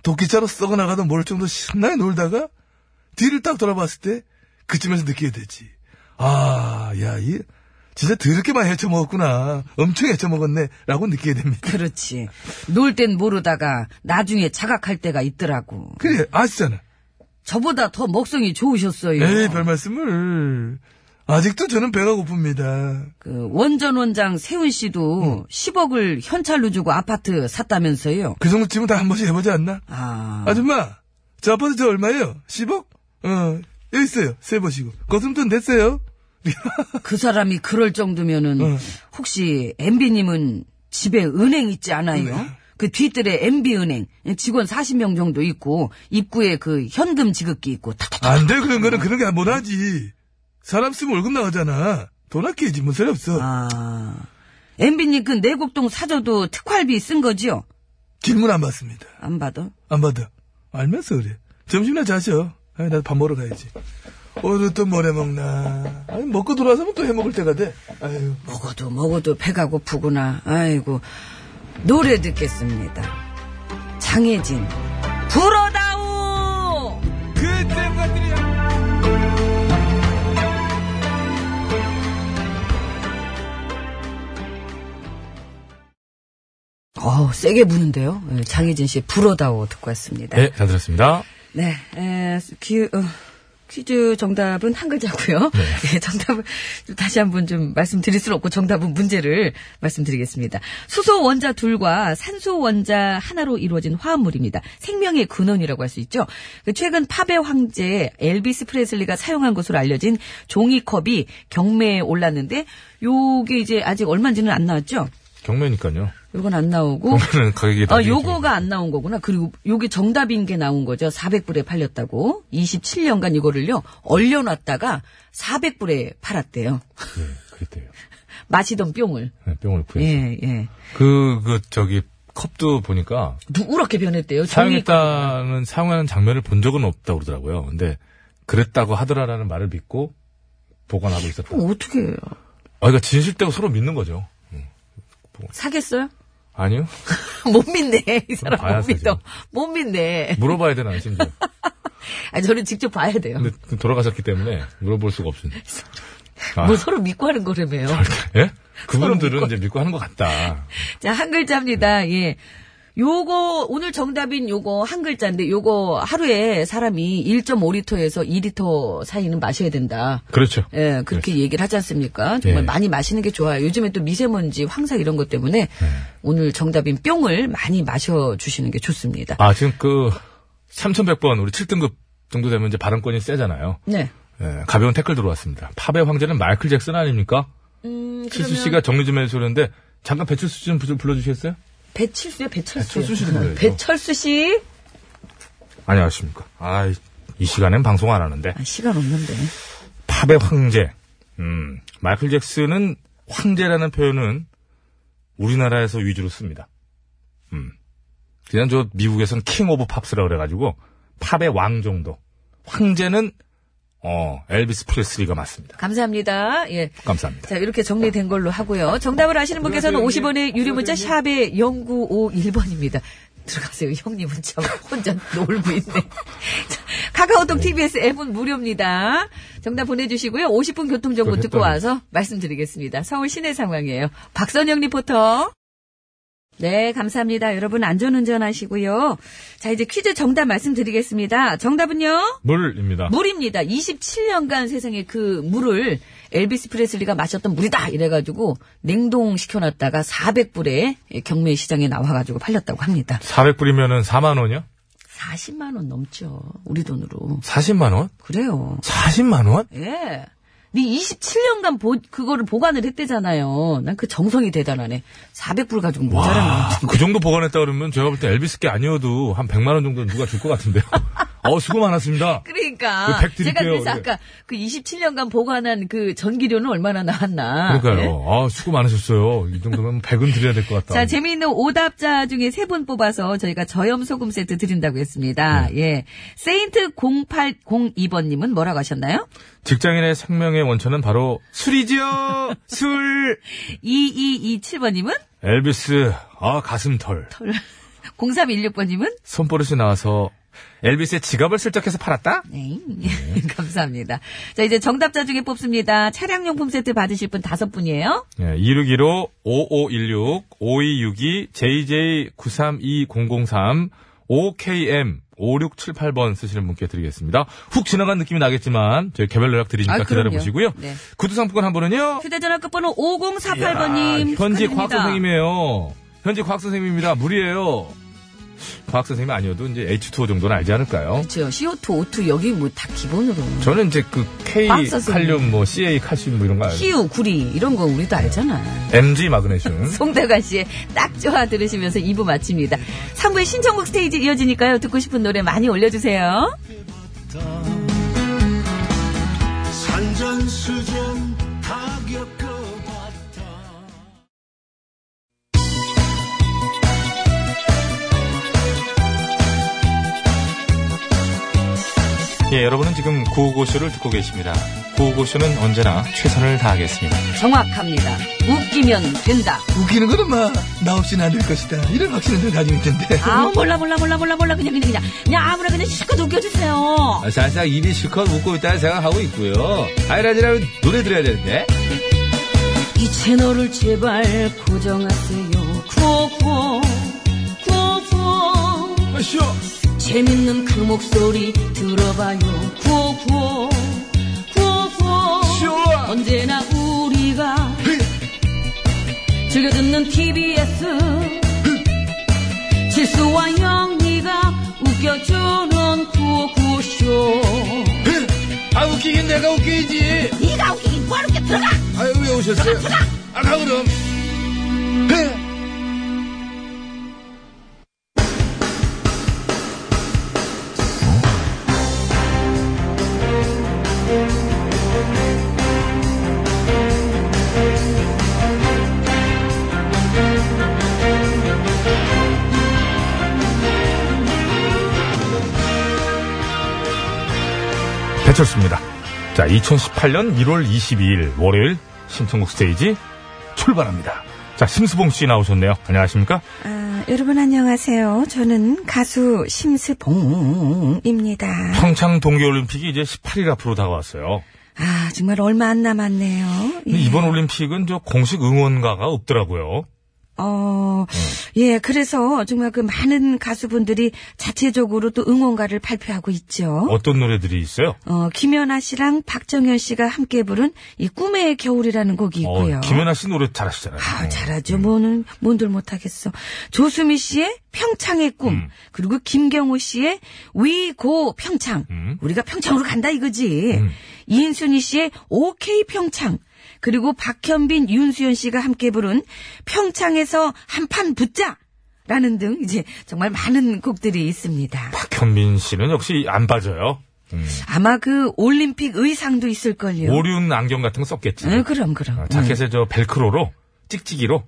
도끼자로 썩어 나가도 모를 정도 신나게 놀다가 뒤를 딱 돌아봤을 때 그쯤에서 느끼게 되지. 아, 야, 이 진짜 더럽게 많이 헤쳐 먹었구나. 엄청 헤쳐 먹었네라고 느끼게 됩니다. 그렇지. 놀 땐 모르다가 나중에 자각할 때가 있더라고. 그래, 아시잖아. 저보다 더 먹성이 좋으셨어요. 에이, 별 말씀을. 아직도 저는 배가 고픕니다. 그 원전 원장 세훈 씨도 10억을 현찰로 주고 아파트 샀다면서요. 그 정도쯤은 다 한 번씩 해보지 않나? 아, 음. 아줌마, 저 아파트 저 얼마예요? 10억? 어, 여기 있어요. 세보시고. 거슴돈 냈어요? 그 사람이 그럴 정도면은 아. 응. 혹시 MB 님은 집에 은행 있지 않아요? 그 뒤뜰에 MB 은행 직원 40명 정도 있고 입구에 그 현금 지급기 있고 탁탁 안 돼, 그런 거는 그런 게 못하지. 사람 쓰면 월급 나가잖아. 돈 아끼지, 뭔 소리 없어. 아. MB 님그 내곡동 사저도 특활비 쓴 거지요? 질문 안 받습니다. 안 받아? 안 받아. 알면서 그래. 점심이나 자셔. 아 나도 밥 먹으러 가야지. 오늘 또 뭘 해먹나. 아니, 먹고 돌아서면 또 해먹을 때가 돼. 아유. 먹어도 먹어도 배가 고프구나. 아이고. 노래 듣겠습니다. 장혜진. 불어다오! 그때 것들이야. 어우, 세게 부는데요? 예, 장혜진 씨의 불어다오 듣고 왔습니다. 네, 잘 들었습니다. 네, 에, 퀴, 어, 퀴즈 정답은 한 글자고요. (laughs) 예, 정답을 좀 다시 한번 좀 말씀드릴 수는 없고 정답은 문제를 말씀드리겠습니다. 수소 원자 둘과 산소 원자 하나로 이루어진 화합물입니다. 생명의 근원이라고 할 수 있죠. 그 최근 팝의 황제 엘비스 프레슬리가 사용한 것으로 알려진 종이컵이 경매에 올랐는데 요게 이제 아직 얼마인지는 안 나왔죠. 경매니까요. 요건 안 나오고 경매는 가격이 어, 나중에 요거가 안 나온 거구나. 그리고 요게 정답인 게 나온 거죠. 400불에 팔렸다고. 27년간 이거를요, 얼려놨다가 400불에 팔았대요. (laughs) 좀- 예, 그랬대요. 마시던 뿅을. 네, 병을 구해서. 예, 예. 그, 그, 저기, 컵도 보니까 누렇게 변했대요. 종이 사용했다는, 사용하는 장면을 본 적은 없다고 그러더라고요. 근데, 그랬다고 하더라라는 말을 믿고, 보관하고 있었다. 그럼 어떻게 해요? 아, 그러니까 진실되고 서로 믿는 거죠. 사겠어요? (laughs) 아니요? 못 믿네. 이 사람 봐야 못 믿어. 사죠. 못 믿네. 물어봐야 되나, 심지어. 아, 저는 직접 봐야 돼요. 근데 그 돌아가셨기 때문에 물어볼 수가 (laughs) 없습니다. 아, 뭐 서로 믿고 하는 거라며요. 예? 그분들은 이제 믿고 하는 것 같다. 자, 한 글자입니다. 예. 요거, 오늘 정답인 요거 한 글자인데, 요거 하루에 사람이 1.5리터에서 2리터 사이는 마셔야 된다. 그렇죠. 예, 그렇게 얘기를 하지 않습니까? 정말 예. 많이 마시는 게 좋아요. 요즘에 또 미세먼지, 황사 이런 것 때문에 오늘 정답인 뿅을 많이 마셔주시는 게 좋습니다. 아, 지금 그, 3,100번, 우리 7등급 정도 되면 이제 발언권이 세잖아요. 네. 예, 가벼운 태클 들어왔습니다. 팝의 황제는 마이클 잭슨 아닙니까? 음, 칠수 그러면 씨가 정리 좀 해주셨는데, 잠깐 배칠수 씨 좀 불러주시겠어요? 배칠수요, 배철수. 배철수 씨를 불러야죠. 배철수 씨? 안녕하십니까. 아, 이 시간엔 방송 안 하는데. 아, 시간 없는데. 팝의 황제. 음, 마이클 잭슨은 황제라는 표현은 우리나라에서 위주로 씁니다. 음. 그냥 저 미국에선 킹 오브 팝스라 그래가지고 팝의 왕 정도. 황제는 어, 엘비스 프레스리가 맞습니다. 감사합니다. 예. 감사합니다. 자, 이렇게 정리된 걸로 하고요. 정답을 아시는 분께서는 50원의 유료 문자 샵에 0951번입니다. 들어가세요. 형님 문자 (laughs) 혼자 놀고 있네. 자, 카카오톡 TBS 앱은 무료입니다. 정답 보내주시고요. 50분 교통정보 그걸 듣고 했다니. 와서 말씀드리겠습니다. 서울 시내 상황이에요. 박선영 리포터. 네, 감사합니다. 여러분 안전운전 하시고요. 자, 이제 퀴즈 정답 말씀드리겠습니다. 정답은요? 물입니다. 물입니다. 27년간 세상에 그 물을 엘비스 프레슬리가 마셨던 물이다 이래가지고 냉동시켜놨다가 400불에 경매 시장에 나와가지고 팔렸다고 합니다. 400불이면은 4만 원이요? 40만 원 넘죠. 우리 돈으로. 40만 원? 그래요. 40만 원? 예. 네 27년간 보, 그거를 보관을 했대잖아요. 난 그 정성이 대단하네. 400불 가지고 모자란 와, 거. 그 정도 보관했다 그러면 제가 볼 때 엘비스 게 아니어도 한 100만 원 정도는 누가 줄 것 (laughs) 같은데요. 어, 수고 많았습니다. 그러니까 백 드릴게요, 제가 그래서 그래. 아까 그 27년간 보관한 그 전기료는 얼마나 나왔나. 예? 그러니까요. 아, 수고 많으셨어요. 이 정도면 100은 드려야 될 것 같다. 자, 재미있는 오답자 중에 세 분 뽑아서 저희가 저염 소금 세트 드린다고 했습니다. 네. 예. 세인트 0802번님은 뭐라고 하셨나요? 직장인의 생명의 원천은 바로 술이죠. 술. 2227번님은? (laughs) 엘비스, 아, 가슴털. 0316번님은? 손버릇이 나와서 엘비스의 지갑을 슬쩍 해서 팔았다? 네. (laughs) 감사합니다. 자, 이제 정답자 중에 뽑습니다. 차량용품 세트 받으실 분 다섯 분이에요. 예, 2615, 5516, 5262, JJ932003, OKM, 5678번 쓰시는 분께 드리겠습니다. 훅 지나간 느낌이 나겠지만, 저희 개별 연락 드리니까 아, 그럼요. 기다려보시고요. 네. 구두상품권 한 분은요? 휴대전화 끝번호 5048번님. 현지 과학선생님이에요. 현지 과학선생님입니다. 무리예요. 과학선생님이 아니어도 이제 H2O 정도는 알지 않을까요? 그렇죠. CO2, O2 여기 뭐 다 기본으로. 저는 이제 그 K 과학선생님. 칼륨, 뭐 CA 칼슘 뭐 이런 거 알고. 희우, 구리 이런 거 우리도 알잖아. MG 마그네슘. 송대관 씨의 딱 좋아 들으시면서 2부 마칩니다. 3부의 신청곡 스테이지 이어지니까요. 듣고 싶은 노래 많이 올려주세요. 산전수전 다 겪어봤다 예, 여러분은 지금 구호고쇼를 듣고 계십니다. 구호고쇼는 언제나 최선을 다하겠습니다. 정확합니다. 웃기면 된다. 웃기는 건 엄마 나 없이는 안 될 것이다. 이런 확신을 늘 가지고 있던데. 아 몰라 몰라 몰라 몰라 몰라 그냥 그냥 그냥 그냥 아무나 그냥 실컷 웃겨주세요. 아, 살짝 입이 실컷 웃고 있다는 생각하고 있고요. 아이라지라면 노래 들어야 되는데. 이 채널을 제발 고정하세요. 구호구호 구호구호 쇼. 재밌는 그 목소리 들어봐요. 구호구호 구호구호 쇼. 언제나 우리가 즐겨 듣는 TBS 실수와 영리가 웃겨주는 구호구쇼 아 웃기긴 내가 웃기지. 네가 웃기긴 바로 웃겨 들어가 아유 왜 오셨어요? 아가 그럼. 배철수입니다. 자, 2018년 1월 22일 월요일 신청국 스테이지 출발합니다. 자, 심수봉 씨 나오셨네요. 안녕하십니까? 아, 여러분 안녕하세요. 저는 가수 심스봉입니다. 평창 동계올림픽이 이제 18일 앞으로 다가왔어요. 아, 정말 얼마 안 남았네요. 예. 근데 이번 올림픽은 저 공식 응원가가 없더라고요. 어, 예, 그래서 정말 그 많은 가수분들이 자체적으로 또 응원가를 발표하고 있죠. 어떤 노래들이 있어요? 어, 김연아 씨랑 박정현 씨가 함께 부른 이 꿈의 겨울이라는 곡이 있고요. 어, 김연아 어, 예. 씨 노래 잘하시잖아요. 아, 잘하죠. 뭐는 뭔들 못하겠어. 조수미 씨의 평창의 꿈 음. 그리고 김경호 씨의 위고 평창. 음. 우리가 평창으로 간다 이거지. 이인순이 씨의 오케이 평창. 그리고 박현빈, 윤수연 씨가 함께 부른 평창에서 한판 붙자. 라는 등 이제 정말 많은 곡들이 있습니다. 박현민 씨는 역시 안 빠져요. 아마 그 올림픽 의상도 네. 있을걸요. 오륜 안경 같은 거 썼겠지. 응, 그럼 그럼. 아, 음. 자켓에 저 벨크로로 찍찍이로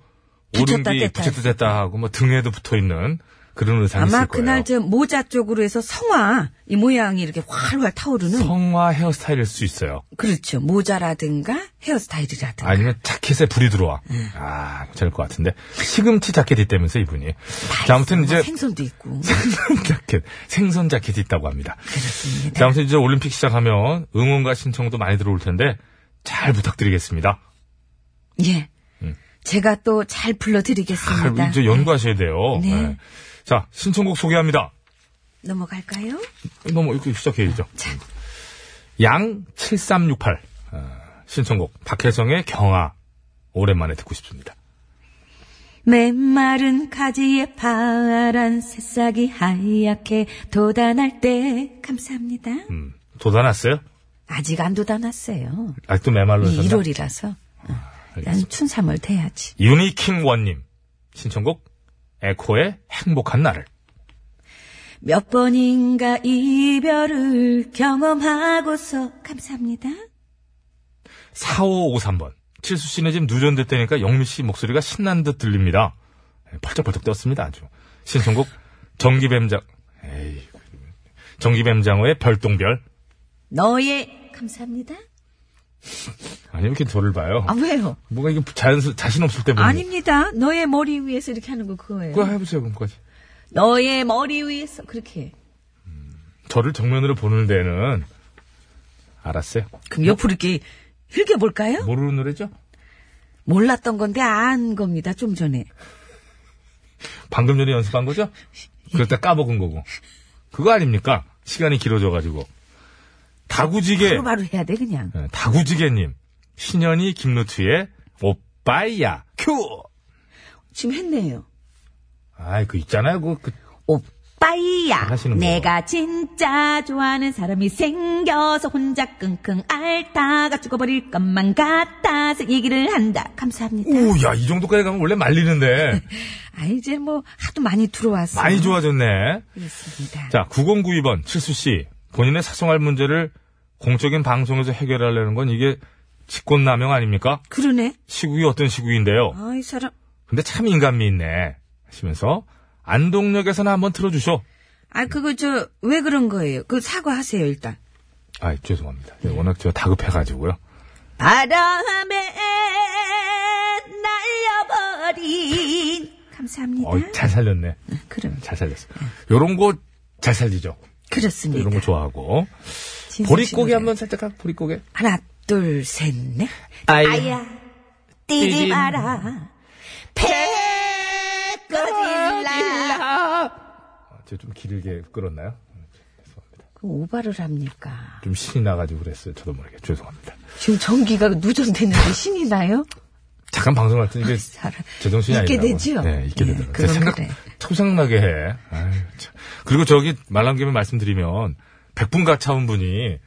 붙였다 오른 뒤 뗐다 붙였다 됐다 하고 뭐 등에도 붙어 있는 그런 의상이 아마 있을 거예요. 그날 저 모자 쪽으로 해서 성화 이 모양이 이렇게 활활 타오르는 성화 헤어스타일일 수 있어요. 그렇죠 모자라든가 헤어스타일이라든가 아니면 자켓에 불이 들어와. 아, 괜찮을 것 같은데. 시금치 자켓이 있다면서 이분이. 자, 아무튼 이제 생선도 있고 생선 (laughs) 자켓, 생선 자켓이 있다고 합니다. 자, 아무튼 이제 올림픽 시작하면 응원과 신청도 많이 들어올 텐데 잘 부탁드리겠습니다. (laughs) 예 음. 제가 또 잘 아, 불러드리겠습니다 이제 연구하셔야 돼요. 네. 자, 신청곡 소개합니다. 넘어갈까요? 너무 이렇게 시작해야죠. 자. 양7368. 아, 신청곡. 박혜성의 경아. 오랜만에 듣고 싶습니다. 메마른 가지에 파란 새싹이 하얗게 돋아날 때 감사합니다 음, 돋아났어요? 아직 안 돋아났어요 아직도 메말로 이 하셨나? 아, 1월이라서 어. 난 춘삼월 돼야지 유니킹 원님. 신청곡. 에코의 행복한 날을. 몇 번인가 이별을 경험하고서 감사합니다. 4553번. 칠수 씨네 집 누전될 때니까 영미 씨 목소리가 신난 듯 들립니다. 예, 펄쩍펄쩍 뛰었습니다, 아주. 신청곡, 전기뱀장, 에이. 전기뱀장어의 별똥별. 너의 감사합니다. 아니, 왜 이렇게 저를 봐요? 아 왜요? 뭔가 이게 자연스, 자신 없을 때 보는. 아닙니다. 너의 머리 위에서 이렇게 하는 거 그거예요. 네. 그거 해보세요, 그거까지. 너의 머리 위에서 그렇게. 해. 음, 저를 정면으로 보는 데는, 알았어요. 그럼 옆으로 이렇게 흘겨 볼까요? 모르는 노래죠? 몰랐던 건데 안 겁니다. 좀 전에. 방금 전에 연습한 거죠? 그러다 까먹은 거고. 그거 아닙니까? 시간이 길어져가지고. 다구지게. 바로바로 해야 돼 그냥. 예, 다구지게님, 신현이 김루트의 오빠야 큐. 지금 했네요. 아이 그 있잖아요 그, 그 오빠야 하시는 거. 내가 진짜 좋아하는 사람이 생겨서 혼자 끙끙 앓다가 죽어버릴 것만 같아서 얘기를 한다. 감사합니다. 오야 이 정도까지 가면 원래 말리는데 아, 이제 뭐, 하도 많이 들어왔어. 많이 좋아졌네. 그렇습니다. 자 9092번 칠수 씨 본인의 사생활 문제를 공적인 방송에서 해결하려는 건 이게 직권남용 아닙니까? 그러네. 시국이 어떤 시국인데요. 아, 이 사람. 근데 참 인간미 있네 하시면서 안동역에서는 한번 틀어주쇼. 아, 그거, 저, 왜 그런 거예요? 그 사과하세요, 일단. 아 죄송합니다. 예, 워낙 저 다급해가지고요. 바람에 날려버린. 감사합니다. 어, 잘 살렸네. 그럼. 네. 잘 살렸어. 요런 거 잘 살리죠. 그렇습니다. 이런 거 좋아하고. 진심 보릿고개 씨는 한번 살짝 할까? 보릿고개. 하나, 둘, 셋, 넷. 아야, 뛰지 마라. 배꺼질라. 제가 좀 길게 끌었나요? 오바를 합니까? 좀 신이 나가지고 그랬어요. 저도 모르게. 죄송합니다. 지금 전기가 누전됐는데 신이 나요? 아, 잠깐 방송할 때 이게 사람. 제정신이 있게 아니라고. 되죠? 네, 있게 네, 되더라고요. 그건 제가 생각, 그래. 초상나게 해. 아유, 참. 그리고 저기 말란 김에 말씀드리면, 백분가 차원 분이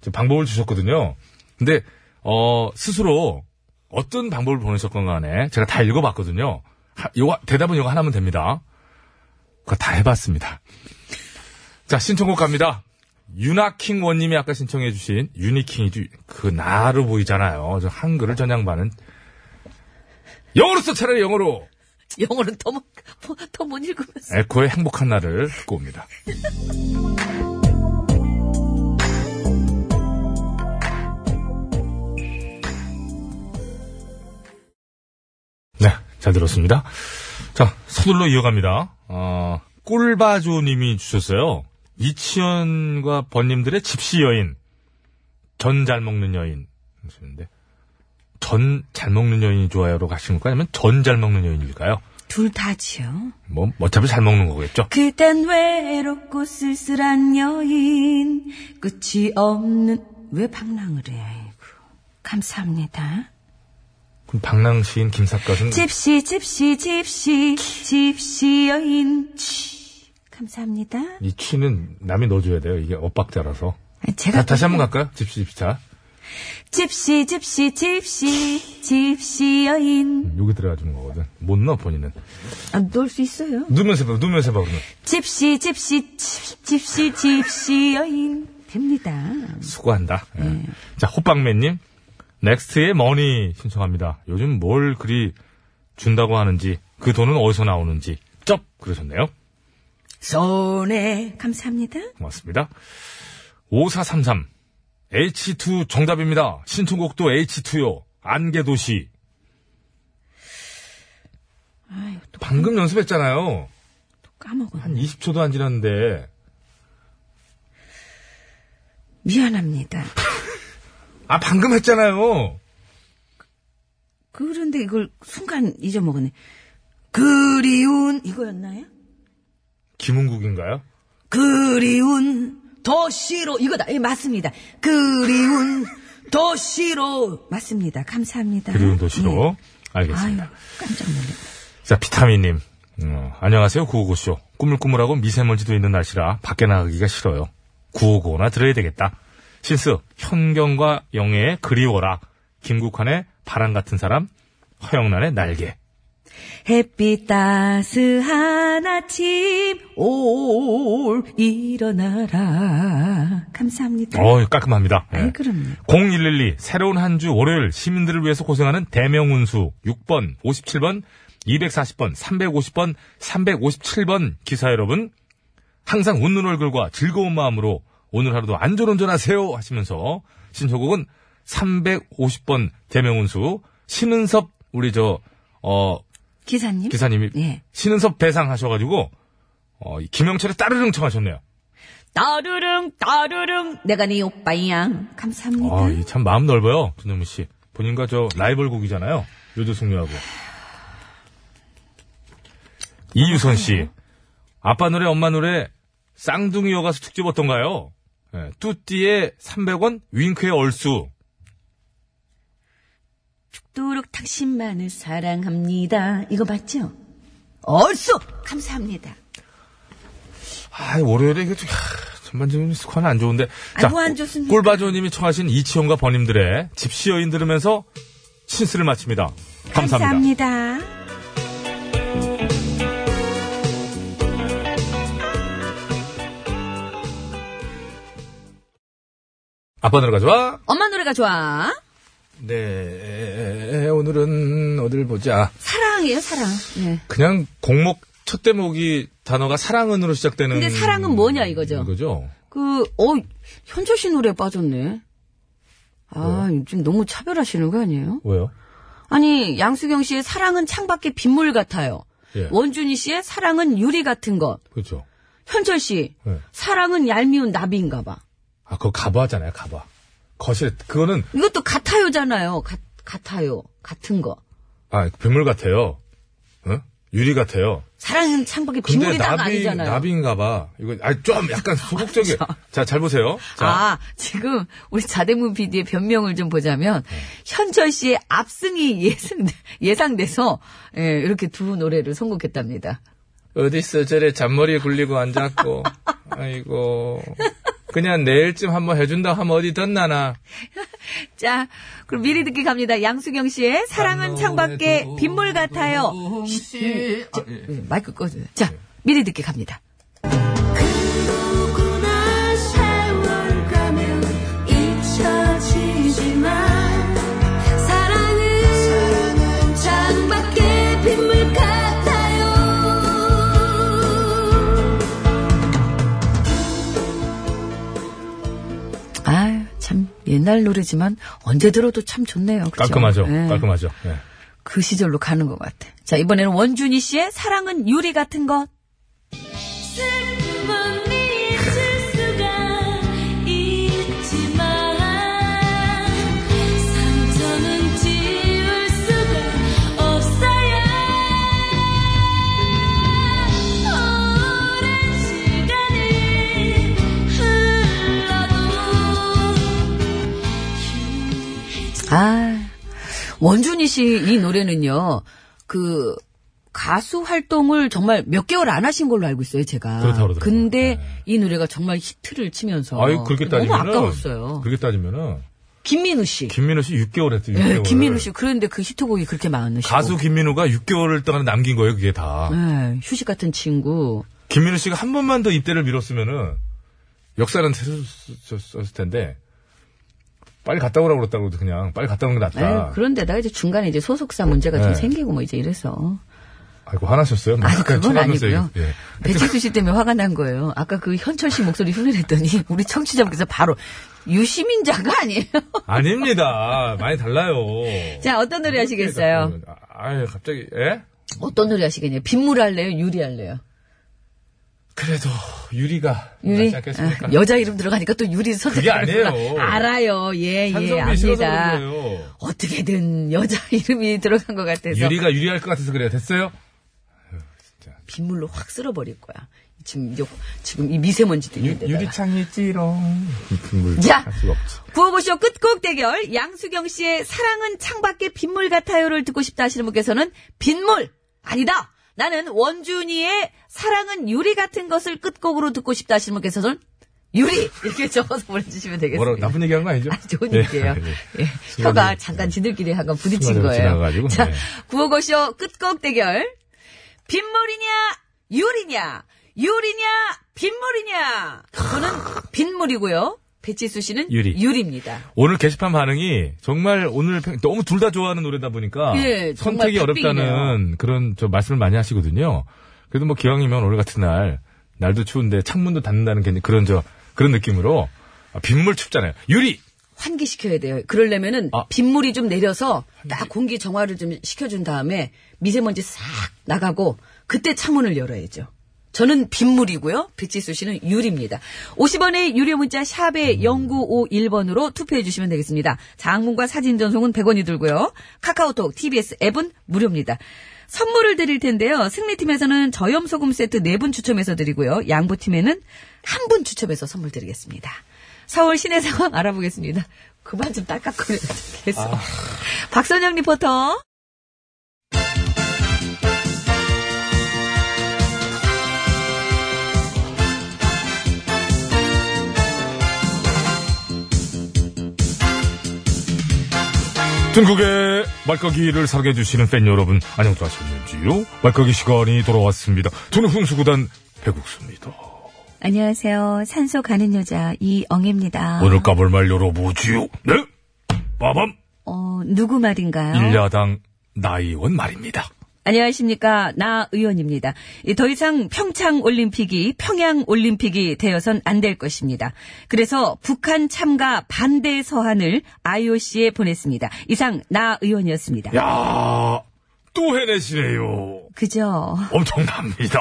저 방법을 주셨거든요. 근데, 어, 스스로 어떤 방법을 보내셨건 간에 제가 다 읽어봤거든요. 하, 요거, 대답은 이거 하나면 됩니다. 그거 다 해봤습니다. 자, 신청곡 갑니다. 유나킹 원님이 아까 신청해주신 유니킹이죠. 그 나로 보이잖아요. 저 한글을 전양반은 영어로 써 차라리 영어로 영어는 더, 더 못 읽으면서. 에코의 행복한 날을 듣고 옵니다. 네, 잘 들었습니다. 자, 서둘러 이어갑니다. 어, 꿀바조님이 주셨어요. 이치현과 번님들의 집시 여인, 전 잘 먹는 여인 하시는데 전 잘 먹는 여인이 좋아요로 가신 걸까요? 아니면 전 잘 먹는 여인일까요? 둘 다지요. 뭐 어차피 잘 먹는 거겠죠. 그땐 외롭고 쓸쓸한 여인, 끝이 없는, 왜 방랑을 해, 아이고. 감사합니다. 그럼 방랑 시인 김삿갓은 집시, 집시, 집시, 집시 여인, 치. 감사합니다. 이 취는 남이 넣어줘야 돼요. 이게 엇박자라서. 제가. 다, 다시 한 번 갈까요? 집시 집시차. 집시, 집시, 집시, 집시 여인. 여기 들어가주는 거거든. 못 넣어 본인은. 아, 넣을 수 있어요. 누면서 봐. 누면서 봐 그러면. 집시, 집시, 집- 집시, 집시 여인. 됩니다. 수고한다. 예. 자 호빵맨님 넥스트의 머니 신청합니다. 요즘 뭘 그리 준다고 하는지 그 돈은 어디서 나오는지 쩝 그러셨네요. 손에 감사합니다. 고맙습니다. 5433. H2 정답입니다. 신청곡도 H2요. 안개도시. 방금 연습했잖아요. 까먹었네. 한 20초도 안 지났는데. 미안합니다. (laughs) 아, 방금 했잖아요. 그런데 이걸 순간 잊어먹었네. 그리운 이거였나요? 김은국인가요? 그리운 도시로 이거다. 예, 맞습니다. 그리운 도시로 맞습니다. 감사합니다. 그리운 예. 도시로. 알겠습니다. 아유 깜짝 놀랐네. 자, 비타민님. 어, 안녕하세요, 구호고쇼. 꾸물꾸물하고 미세먼지도 있는 날씨라 밖에 나가기가 싫어요. 구호고나 들어야 되겠다. 신스, 현경과 영애의 그리워라. 김국환의 바람 같은 사람, 허영란의 날개. 햇빛 따스한 아침 올 일어나라. 감사합니다. 어 깔끔합니다. 예. 아이 그럼요. 0112, 새로운 한 주 월요일 시민들을 위해서 고생하는 대명운수 6번, 57번, 240번, 350번, 357번 기사 여러분, 항상 웃는 얼굴과 즐거운 마음으로 오늘 하루도 안전운전하세요 하시면서 신청곡은 350번 대명운수 신은섭 우리 저, 어, 기사님. 기사님이 예. 신은섭 배상 하셔가지고, 어, 이 김영철의 따르릉 청하셨네요. 따르릉 따르릉 내가 네 오빠야. 감사합니다. 아, 이참 마음 넓어요, 전현무 씨. 본인과 저 라이벌곡이잖아요. 요조숙녀하고. 이유선 씨. 아빠 노래, 엄마 노래, 쌍둥이 여가수 특집 어떤가요? 예, 뚜띠의 300원, 윙크의 얼수. 죽도록 당신만을 사랑합니다. 이거 맞죠? 얼쑤 감사합니다. 아, 월요일에 이게 좀, 하, 전반적인 스코어는 안 좋은데. 아, 뭐안 좋습니까? 꿀바조님이 청하신 이치현과 버님들의 집시 여인 들으면서 신스를 마칩니다. 감사합니다. 감사합니다. 아빠 노래 가져와. 엄마 노래가 좋아. 네, 오늘은 어딜 보자. 사랑이에요 사랑. 네. 그냥 곡목 첫 대목이 단어가 사랑은으로 시작되는. 근데 사랑은 뭐냐 이거죠? 음, 이거죠. 그, 어, 현철 씨 노래 빠졌네. 아, 지금 너무 차별하시는 거 아니에요? 왜요? 아니, 양수경 씨의 사랑은 창밖의 빗물 같아요. 예. 원준이 씨의 사랑은 유리 같은 것. 그렇죠. 현철 씨, 네. 사랑은 얄미운 나비인가 봐. 아, 그거 가봐잖아요, 가봐. 거실에, 그거는, 이것도 같아요잖아요. 같, 같아요. 같은 거. 아, 빗물 같아요. 어? 유리 같아요. 사랑은 창밖의 근데 빗물이다가 나비, 아니잖아요. 나비인가 봐. 이거, 아, (laughs) 좀 약간 소극적이. 자, 잘 보세요. 자. 아, 지금 우리 자대문 PD의 변명을 좀 보자면 네. 현철 씨의 압승이 예상, 예상돼서 예, 이렇게 두 노래를 선곡했답니다. 어딨어, 저래 잔머리 (laughs) 굴리고 앉았고. 아이고. 그냥 내일쯤 한번 해준다 하면 어디 덧나나. 자, 그럼 미리 듣기 갑니다. 양수경 씨의 아, 사랑은 네, 창밖에 빗물 같아요. 쉿, 음, 저, 음, 마이크 꺼줘. 자, 네. 미리 듣기 갑니다. 그러구나 세월 가면 잊혀지지만 사랑은 창밖에 빗물 같아요 아유, 참 옛날 노래지만 언제 들어도 참 좋네요. 그죠? 깔끔하죠. 예, 깔끔하죠. 예. 그 시절로 가는 것 같아. 자, 이번에는 원준이 씨의 사랑은 유리 같은 것. 슬픔은 잊을 수가 있지만 상처는 지울 수가 없어요 오랜 시간이 흘러도 아, 원준이 씨 이 노래는요, 그, 가수 활동을 정말 몇 개월 안 하신 걸로 알고 있어요, 제가. 그렇다고 그러더라고요. 근데 네. 이 노래가 정말 히트를 치면서. 아유, 그렇게 어, 너무 따지면. 아까웠어요. 그렇게 따지면은, 김민우 씨. 김민우 씨 6개월 했죠, 6개월. 예, 김민우 씨. 그런데 그 히트곡이 그렇게 많으시고. 가수 김민우가 6개월 동안 남긴 거예요, 그게 다. 예, 휴식 같은 친구. 김민우 씨가 한 번만 더 입대를 미뤘으면은 역사는 새었을 텐데 빨리 갔다 오라고 그랬다고 그냥 빨리 갔다 오는 게 예, 낫다. 그런데다가 이제 중간에 이제 소속사 문제가 좀 네. 생기고 뭐 이제 이래서. 아이고, 화나셨어요? 막 아니, 약간 그건 쳐다보면서 아니고요. 얘기- 예. 배치수 씨 때문에 화가 난 거예요. 아까 그 현철 씨 목소리 훈련했더니 (laughs) 우리 청취자분께서 바로 유시민자가 아니에요. (laughs) 아닙니다. 많이 달라요. 자, 어떤 음, 노래 하시겠어요? 아, 아유, 갑자기, 예? 어떤 노래 하시겠냐? 빗물 할래요? 유리 할래요? 그래도, 유리가. 유리? 낫지 않겠습니까? 아, 여자 이름 들어가니까 또 유리 선택. 그게 아니에요. 알아요. 예, 예, 한성민 씨가 압니다. 그런 거예요. 어떻게든 여자 (laughs) 이름이 들어간 것 같아서 유리가 유리할 것 같아서 그래요. 됐어요? 빗물로 확 쓸어버릴 거야. 지금 이 지금 이 미세먼지도 유, 있는데. 유리창이 찌렁. 물 네. 자. 할 수가 없지. 구호보쇼 끝곡 대결 양수경 씨의 사랑은 창밖에 빗물 같아요를 듣고 싶다 하시는 분께서는 빗물 아니다. 나는 원준이의 사랑은 유리 같은 것을 끝곡으로 듣고 싶다 하시는 분께서는 유리 이렇게 적어서 보내주시면 되겠습니다. 뭐라고, 나쁜 얘기 한 거 아니죠? 아, 좋은 예, 얘기예요. 예. 예. 혀가 잠깐 지들끼리 한번 부딪힌 순간적으로 거예요. 지나가가지고, 자, 네. 구호고쇼 끝곡 대결. 빗물이냐, 유리냐, 유리냐, 빗물이냐. 저는 빗물이고요. 배치수 씨는 유리. 입니다 오늘 게시판 반응이 정말 오늘 팽- 너무 둘 다 좋아하는 노래다 보니까 예, 정말 선택이 어렵다는 그런 저 말씀을 많이 하시거든요. 그래도 뭐 기왕이면 오늘 같은 날 날도 추운데 창문도 닫는다는 괜히 그런 저 그런 느낌으로 아, 빗물 춥잖아요. 유리 환기시켜야 돼요. 그러려면은 아. 빗물이 좀 내려서 딱 공기 정화를 좀 시켜준 다음에 미세먼지 싹 나가고 그때 창문을 열어야죠. 저는 빗물이고요. 배치수 씨는 유리입니다. 50원의 유료 문자 샵에 0951번으로 투표해 주시면 되겠습니다. 장문과 사진 전송은 100원이 들고요. 카카오톡, TBS 앱은 무료입니다. 선물을 드릴 텐데요. 승리팀에서는 저염소금 세트 4분 추첨해서 드리고요. 양보팀에는 1분 추첨해서 선물 드리겠습니다. 서울 시내 상황 알아보겠습니다. 그만 좀 딸깍거려. 계속. 박선영 리포터. 전국의 말까기를 사랑해주시는 팬 여러분 안녕하셨는지요? 말까기 시간이 돌아왔습니다. 저는 훈수구단 배국수입니다. 안녕하세요. 산소 가는 여자 이엉입니다. 오늘 까볼 말 열어보지요. 네? 빠밤 어, 누구 말인가요? 네. 일야당 나이원 말입니다. 안녕하십니까. 나 의원입니다. 이더 이상 평창 올림픽이 평양 올림픽이 되어선 안 될 것입니다. 그래서 북한 참가 반대 서한을 IOC에 보냈습니다. 이상 나 의원이었습니다. 야, 또 해내시네요. 그죠. 엄청납니다.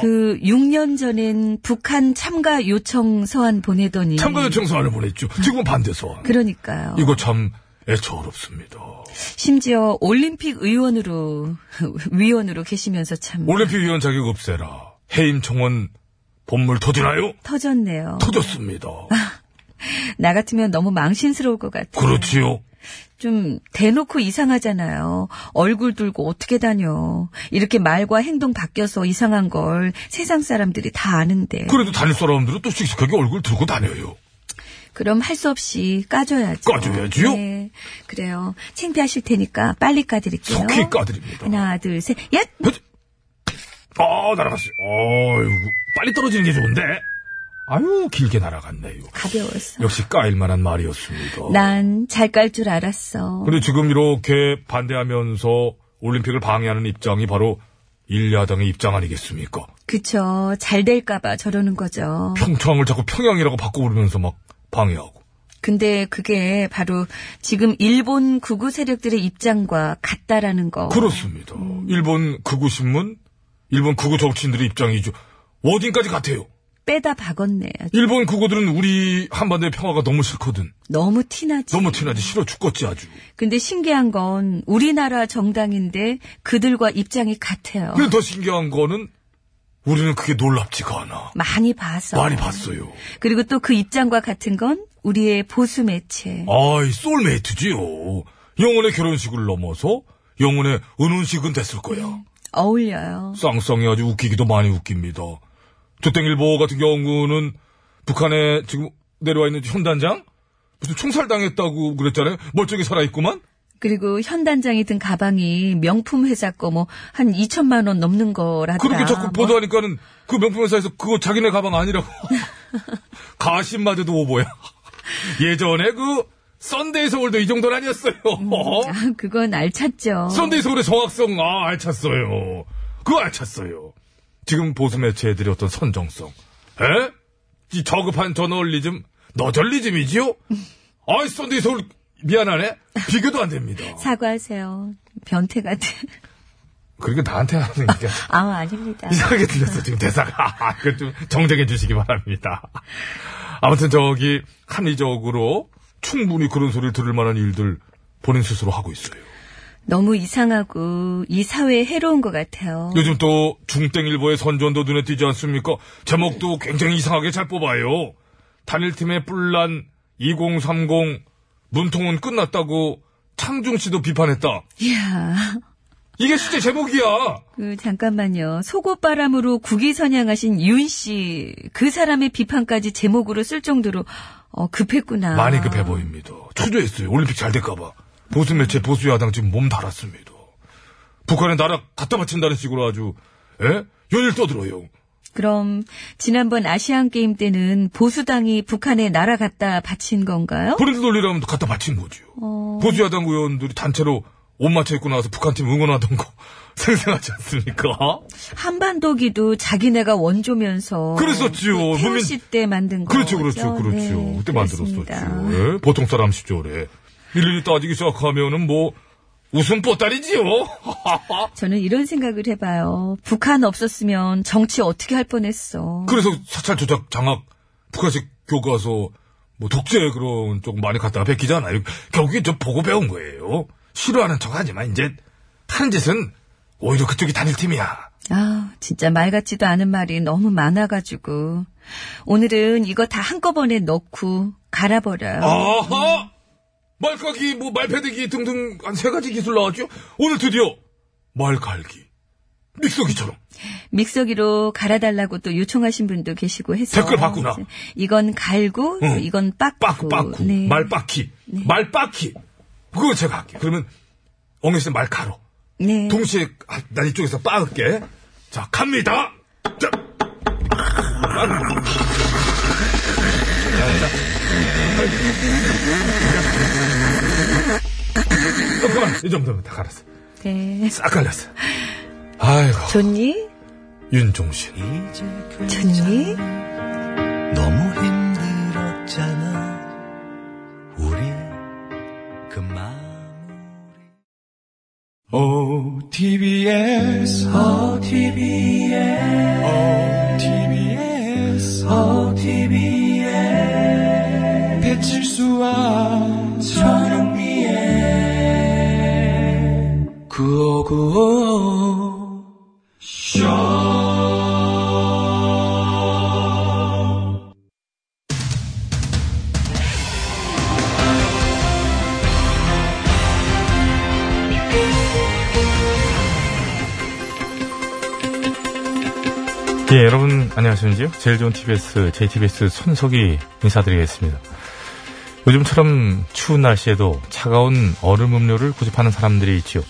그 6년 전엔 북한 참가 요청 서한 보내더니 참가 요청 서한을 보냈죠. 지금은 반대 서한. 그러니까요. 이거 참 애처롭습니다. 심지어 올림픽 의원으로 (laughs) 위원으로 계시면서 참 올림픽 위원 자격 없애라. 해임 청원 본물 터지나요? 터졌네요. 터졌습니다. 나 같으면 너무 망신스러울 것 같아요. 그렇지요. 좀 대놓고 이상하잖아요. 얼굴 들고 어떻게 다녀. 이렇게 말과 행동 바뀌어서 이상한 걸 세상 사람들이 다 아는데. 그래도 다닐 사람들은 또 씩씩하게 얼굴 들고 다녀요. 그럼 할 수 없이 까줘야죠. 까줘야지요. 네. 그래요. 창피하실 테니까 빨리 까드릴게요. 속히 까드립니다. 하나, 둘, 셋. 얏! 아, 날아갔어요. 아이고, 빨리 떨어지는 게 좋은데. 아유, 길게 날아갔네요. 가벼웠어. 역시 까일 만한 말이었습니다. 난 잘 깔 줄 알았어. 근데 지금 이렇게 반대하면서 올림픽을 방해하는 입장이 바로 일야당의 입장 아니겠습니까? 그쵸. 잘 될까봐 저러는 거죠. 평창을 자꾸 평양이라고 바꿔부르면서 막 방해하고. 근데 그게 바로 지금 일본 구구 세력들의 입장과 같다라는 거. 그렇습니다. 일본 극우 신문, 일본 극우 정치인들의 입장이죠. 워딩까지 같아요. 빼다 박았네. 일본 극우들은 우리 한반도의 평화가 너무 싫거든. 너무 티나지. 너무 티나지 싫어 죽겠지 아주. 근데 신기한 건 우리나라 정당인데 그들과 입장이 같아요. 근데 더 신기한 거는 우리는 그게 놀랍지가 않아. 많이 봐서. 많이 봤어요. 그리고 또 그 입장과 같은 건 우리의 보수 매체. 아이, 솔메이트지요. 영혼의 결혼식을 넘어서 영혼의 은혼식은 됐을 거야. 어울려요. 쌍쌍이 아주 웃기기도 많이 웃깁니다. 조땡일보 같은 경우는 북한에 지금 내려와 있는 현단장? 무슨 총살당했다고 그랬잖아요. 멀쩡히 살아있구만? 그리고 현단장이 든 가방이 명품 회사 거 뭐 한 2천만 원 넘는 거라더라. 그렇게 자꾸 뭐 보도하니까는 그 명품회사에서 그거 자기네 가방 아니라고. 가심마저도 오보야. 예전에 그 썬데이 서울도 이 정도는 아니었어요. 음. 아, 그건 알찼죠. 썬데이 서울의 정확성, 아, 알찼어요. 그거 안 찼어요. 지금 보수 매체들의 어떤 선정성. 에? 이 저급한 저널리즘, 너절리즘이지요? 아이, 썬데이 서울, 미안하네? 비교도 안 됩니다. 사과하세요. 변태 같은. 그러니까 나한테 하는 얘기가 (laughs) (laughs) 아, 아닙니다. 이상하게 들렸어, 지금 대사가. (laughs) 그 좀 정정해 주시기 바랍니다. 아무튼 저기, 합리적으로 충분히 그런 소리를 들을 만한 일들 본인 스스로 하고 있어요. 너무 이상하고 이 사회에 해로운 것 같아요. 요즘 또 중땡일보의 선전도 눈에 띄지 않습니까? 제목도 굉장히 이상하게 잘 뽑아요. 단일팀의 뿔난 2030 문통은 끝났다고 창중 씨도 비판했다. 이야, 이게 진짜 제목이야. 그 잠깐만요. 속옷바람으로 국위 선양하신 윤 씨, 그 사람의 비판까지 제목으로 쓸 정도로 어, 급했구나. 많이 급해 보입니다. 초조했어요. 올림픽 잘 될까봐. 보수 매체 보수 야당 지금 몸 달았습니다. 북한에 나라 갖다 바친다는 식으로 아주 예? 연일 떠들어요. 그럼 지난번 아시안 게임 때는 보수당이 북한에 날아갔다 바친 건가요? 본인들 논리라면 갖다 바친 거지요. 보수 야당 의원들이 단체로 옷 맞춰 입고 나와서 북한팀 응원하던 거 (laughs) 생생하지 않습니까? 한반도기도 자기네가 원조면서 그랬었지요. 그 태호 문민- 씨때 만든 네, 거 그렇죠, 그렇죠, 그렇죠. 그때 만들었었죠. 예, 보통 사람 시절에. 일일이 따지기 시작하면은 뭐, 웃음 보따리지요. 저는 이런 생각을 해봐요. 북한 없었으면 정치 어떻게 할 뻔했어. 그래서 사찰 조작 장악, 북한식 교과서, 뭐, 독재 그런 쪽 많이 갖다가 베끼잖아요. 결국엔 저 보고 배운 거예요. 싫어하는 척 하지만 이제, 하는 짓은 오히려 그쪽이 단일 팀이야. 아, 진짜 말 같지도 않은 말이 너무 많아가지고. 오늘은 이거 다 한꺼번에 넣고 갈아버려요. 어. 아하! 말까기, 뭐, 말패대기 등등 한 세 가지 기술 나왔죠? 오늘 드디어, 말갈기. 믹서기처럼. 믹서기로 갈아달라고 또 요청하신 분도 계시고 해서. 댓글 봤구나. 이건 갈고, 응. 이건 빻고. 빠꾸, 빠꾸. 네. 말빠키. 말빠키. 그거 제가 할게. 그러면, 엉혜 씨는 말 가로. 네. 동시에, 아, 난 이쪽에서 빠을게. 자, 갑니다! 자. 아, 어, 아. 그만. 이 정도면 다 갈았어. 네. 싹 갈렸어. 아이고, 좋니? 윤종신. 좋니? 너무 힘들었잖아 우리 그 마무리 OTBS OTBS OTBS OTBS 배칠수와 전영미의 구호구호 예, 여러분 안녕하십니까? 제일 좋은 TBS, JTBS 손석희 인사드리겠습니다. 요즘처럼 추운 날씨에도 차가운 얼음 음료를 고집하는 사람들이 있지요.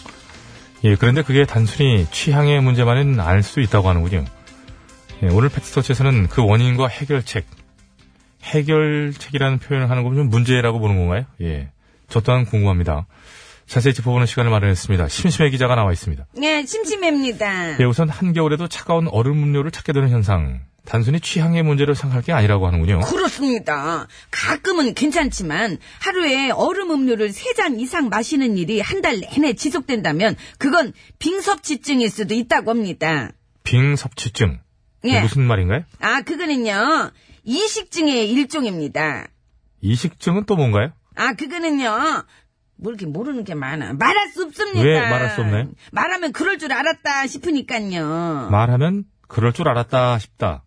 예, 그런데 그게 단순히 취향의 문제만은 아닐 수 있다고 하는군요. 예, 오늘 팩트터치에서는 그 원인과 해결책, 해결책이라는 표현을 하는 거면 문제라고 보는 건가요? 예, 저 또한 궁금합니다. 자세히 짚어보는 시간을 마련했습니다. 심심해 기자가 나와 있습니다. 네, 심심합니다. 예, 우선 한겨울에도 차가운 얼음 음료를 찾게 되는 현상. 단순히 취향의 문제를 생각할 게 아니라고 하는군요. 그렇습니다. 가끔은 괜찮지만 하루에 얼음 음료를 세 잔 이상 마시는 일이 한 달 내내 지속된다면 그건 빙섭지증일 수도 있다고 합니다. 빙섭취증. 이게 예. 무슨 말인가요? 아, 그거는요. 이식증의 일종입니다. 이식증은 또 뭔가요? 아, 그거는요. 뭐 이렇게 모르는 게 많아. 말할 수 없습니다. 왜 말할 수 없나요? 말하면 그럴 줄 알았다 싶으니까요. 말하면 그럴 줄 알았다 싶다.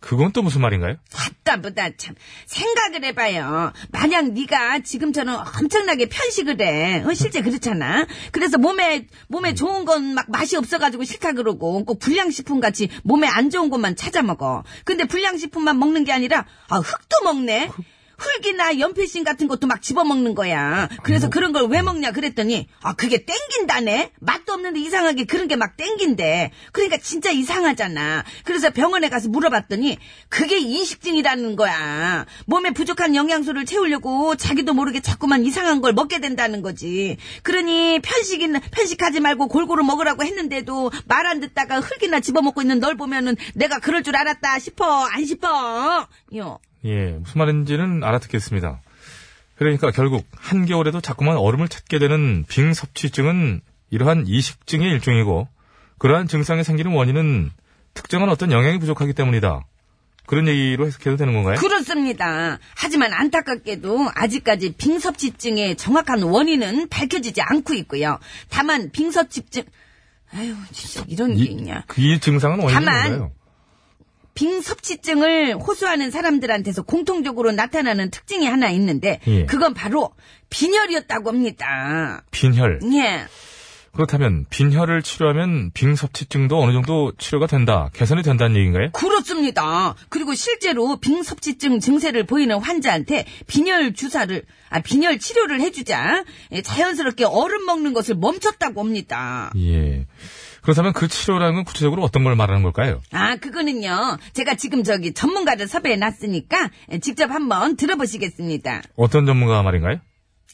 그건 또 무슨 말인가요? 답답하다 참 생각을 해봐요 만약 네가 지금처럼 엄청나게 편식을 해 어, 실제 그렇잖아 그래서 몸에 몸에 좋은 건 막 맛이 없어가지고 싫다 그러고 꼭 불량식품 같이 몸에 안 좋은 것만 찾아 먹어 근데 불량식품만 먹는 게 아니라 아 흙도 먹네 흙이나 연필심 같은 것도 막 집어먹는 거야. 그래서 그런 걸 왜 먹냐 그랬더니 아 그게 땡긴다네. 맛도 없는데 이상하게 그런 게 막 땡긴대. 그러니까 진짜 이상하잖아. 그래서 병원에 가서 물어봤더니 그게 인식증이라는 거야. 몸에 부족한 영양소를 채우려고 자기도 모르게 자꾸만 이상한 걸 먹게 된다는 거지. 그러니 편식인 편식하지 말고 골고루 먹으라고 했는데도 말 안 듣다가 흙이나 집어먹고 있는 널 보면은 내가 그럴 줄 알았다 싶어 안 싶어. 요. 예, 무슨 말인지는 알아듣겠습니다. 그러니까 결국 한겨울에도 자꾸만 얼음을 찾게 되는 빙섭취증은 이러한 이식증의 일종이고 그러한 증상이 생기는 원인은 특정한 어떤 영양이 부족하기 때문이다. 그런 얘기로 해석해도 되는 건가요? 그렇습니다. 하지만 안타깝게도 아직까지 빙섭집증의 정확한 원인은 밝혀지지 않고 있고요. 다만 빙섭집증, 아유 진짜 이런 게 이, 있냐. 그이 증상은 원인이 다만, 뭔가요? 빙섭치증을 호소하는 사람들한테서 공통적으로 나타나는 특징이 하나 있는데 예. 그건 바로 빈혈이었다고 합니다. 빈혈. 예. 그렇다면 빈혈을 치료하면 빙섭취증도 어느 정도 치료가 된다, 개선이 된다는 얘기인가요? 그렇습니다. 그리고 실제로 빙섭치증 증세를 보이는 환자한테 빈혈 주사를, 아, 빈혈 치료를 해주자 예, 자연스럽게 얼음 먹는 것을 멈췄다고 합니다. 예. 그렇다면 그 치료라는 건 구체적으로 어떤 걸 말하는 걸까요? 아, 그거는요. 제가 지금 저기 전문가를 섭외해 놨으니까 예, 직접 한번 들어보시겠습니다. 어떤 전문가 말인가요?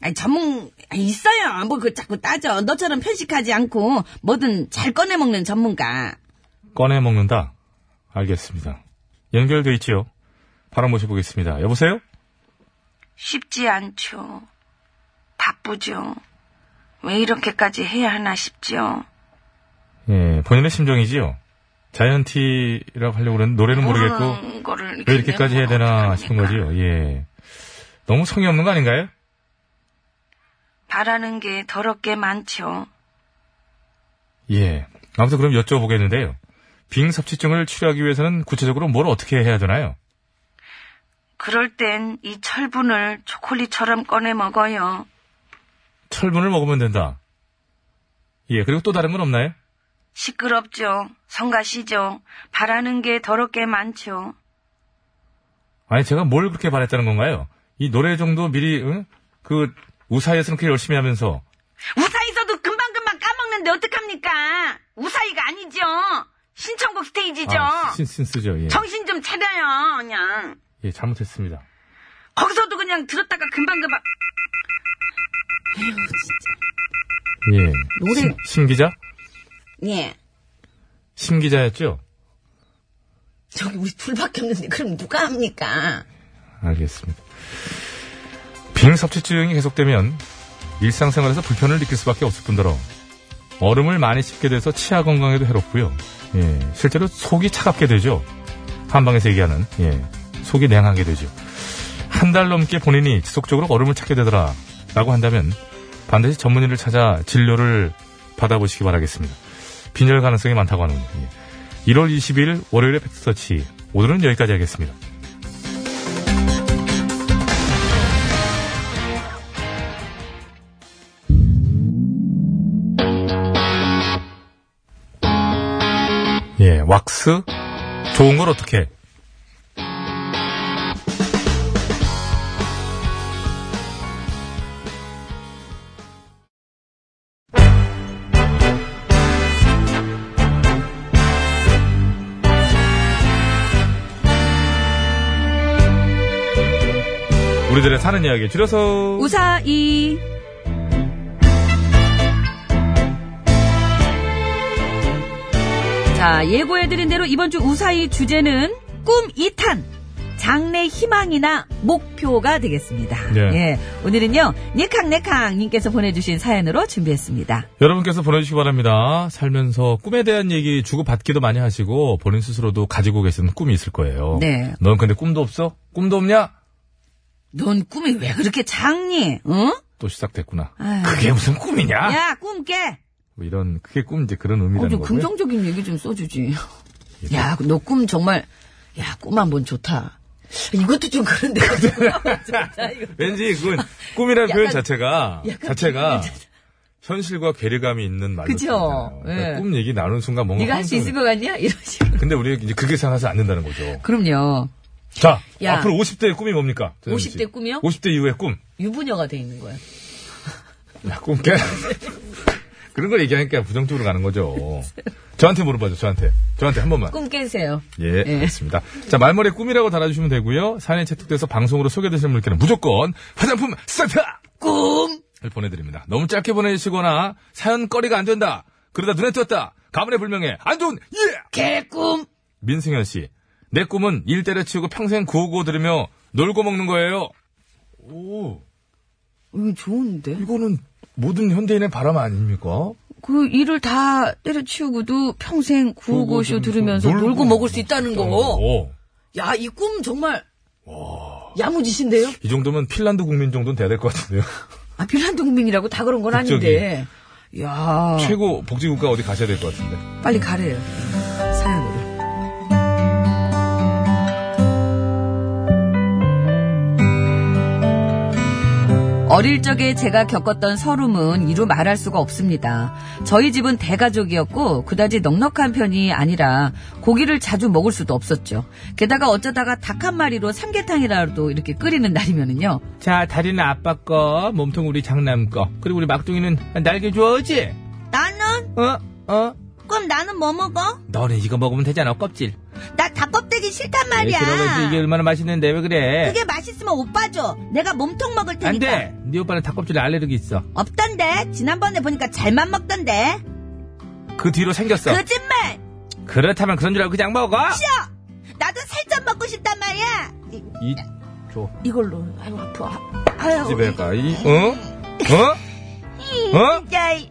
아니, 전문, 아, 있어요. 뭐, 그걸 자꾸 따져. 너처럼 편식하지 않고 뭐든 잘 꺼내먹는 전문가. 꺼내 먹는다. 알겠습니다. 연결돼 있지요. 바로 모셔보겠습니다. 여보세요? 쉽지 않죠. 바쁘죠. 왜 이렇게까지 해야 하나 싶죠. 예, 본인의 심정이지요. 자이언티라고 하려고 그랬는데 노래는 모르겠고 모르는 거를 왜 이렇게까지 해야 되나 싶은 거지요. 예. 너무 성의 없는 거 아닌가요? 바라는 게 더럽게 많죠. 예. 아무튼 그럼 여쭤보겠는데요. 빙섭취증을 치료하기 위해서는 구체적으로 뭘 어떻게 해야 되나요? 그럴 땐 이 철분을 초콜릿처럼 꺼내 먹어요. 철분을 먹으면 된다. 예, 그리고 또 다른 건 없나요? 시끄럽죠. 성가시죠. 바라는 게 더럽게 많죠. 아니, 제가 뭘 그렇게 바랬다는 건가요? 이 노래 정도 미리, 응? 그, 우사에서 그렇게 열심히 하면서 우사이서도 금방금방 까먹는데 어떡합니까? 우사이가 아니죠. 신청곡 스테이지죠. 아, 신, 신쓰죠, 예. 정신 좀 차려요, 그냥. 예, 잘못했습니다. 거기서도 그냥 들었다가 금방금방. 예. 노래- 신, 신 기자? 예. 신 기자였죠? 저기 우리 둘밖에 없는데 그럼 누가 합니까? 알겠습니다. 빙섭취증이 계속되면 일상생활에서 불편을 느낄 수밖에 없을 뿐더러 얼음을 많이 씹게 돼서 치아 건강에도 해롭고요. 예, 실제로 속이 차갑게 되죠. 한방에서 얘기하는 예, 속이 냉하게 되죠. 한 달 넘게 본인이 지속적으로 얼음을 찾게 되더라라고 한다면 반드시 전문의를 찾아 진료를 받아보시기 바라겠습니다. 빈혈 가능성이 많다고 하는군요. 예. 1월 22일 월요일의 팩트서치 오늘은 여기까지 하겠습니다. 예, 왁스 좋은 걸 어떻게? 우리들의 사는 이야기 줄여서 우사이. 자, 예고해드린 대로 이번 주 우사이 주제는 꿈 2탄. 장래 희망이나 목표가 되겠습니다. 네. 예. 오늘은요, 네캉네캉님께서 보내주신 사연으로 준비했습니다. 여러분께서 보내주시기 바랍니다. 살면서 꿈에 대한 얘기 주고받기도 많이 하시고 본인 스스로도 가지고 계시는 꿈이 있을 거예요. 네. 넌 근데 꿈도 없어? 꿈도 없냐? 넌 꿈이 왜 그렇게 작니? 응? 또 시작됐구나. 아유. 그게 무슨 꿈이냐? 야, 꿈 깨! 뭐 이런 그게 꿈 이제 그런 어, 의미라는 좀 거고요. 예, 네. 긍정적인 얘기 좀 써주지. 야, 그 너 꿈 정말, 야, 꿈 한 번 좋다. 이것도 좀 그런데. (laughs) 좋다, 이거. 왠지 그건 꿈이라는 (laughs) 표현 약간- 자체가 (laughs) 자체가 현실과 괴리감이 있는 말로 그죠? 들리잖아요. 예. 꿈 얘기 나누는 순간 뭔가 네가 할 수 항상- 있을 것 같냐? 이런 식으로. 근데 우리 이제 그게 생각하지 않는다는 거죠. 그럼요. 자, 야. 앞으로 50대의 꿈이 뭡니까? 50대 꿈이요? 50대 이후의 꿈. 유부녀가 돼 있는 거야. 야, 꿈 깨. (laughs) 그런 걸 얘기하니까 부정적으로 가는 거죠. 저한테 물어봐줘, 저한테. 저한테 한 번만. 꿈 깨세요. 예, 알겠습니다. 자, 말머리 꿈이라고 달아주시면 되고요. 사연이 채택돼서 방송으로 소개되시는 분께는 무조건 화장품 세트! 꿈! 를 보내드립니다. 너무 짧게 보내주시거나 사연거리가 안 된다. 그러다 눈에 띄었다. 가문의 불명예. 안 좋은 예! 개꿈! 민승현 씨. 내 꿈은 일 때려치우고 평생 구호고 들으며 놀고 먹는 거예요. 오, 음, 이거 좋은데? 이거는 모든 현대인의 바람 아닙니까? 그 일을 다 때려치우고도 평생 구호고쇼 들으면서 놀고 놀고, 먹을 수 있다는 거. 오, 야, 이 꿈 정말 야무지신데요? 이 정도면 핀란드 국민 정도는 돼야 될 것 같은데요. 아, 핀란드 국민이라고 다 그런 건 아닌데. 야 최고 복지국가 어디 가셔야 될 것 같은데. 빨리 가래요. 사연으로. 어릴 적에 제가 겪었던 서름은 이루 말할 수가 없습니다. 저희 집은 대가족이었고 그다지 넉넉한 편이 아니라 고기를 자주 먹을 수도 없었죠. 게다가 어쩌다가 닭 한 마리로 삼계탕이라도 이렇게 끓이는 날이면은요. 자, 다리는 아빠 거, 몸통 우리 장남 거, 그리고 우리 막둥이는 날개 좋아하지? 나는? 어? 어? 그럼 나는 뭐 먹어? 너는 이거 먹으면 되잖아, 껍질. 나 닭껍데기 싫단 예, 그러면 이게 얼마나 맛있는데, 왜 그래? 그게 맛있으면 오빠 줘. 내가 몸통 먹을 안 테니까. 돼! 네 오빠는 닭껍질에 알레르기 있어. 없던데. 지난번에 보니까 잘만 먹던데. 그 뒤로 생겼어. 거짓말. 그... 렇다면 그런 줄 알고 그냥 먹어! 야, 나도 살점 먹고 싶단 말이야. 이, 줘. 이걸로 아유 아파. 아유. 집에 가. 이, 어? 어? 어? 야, 이-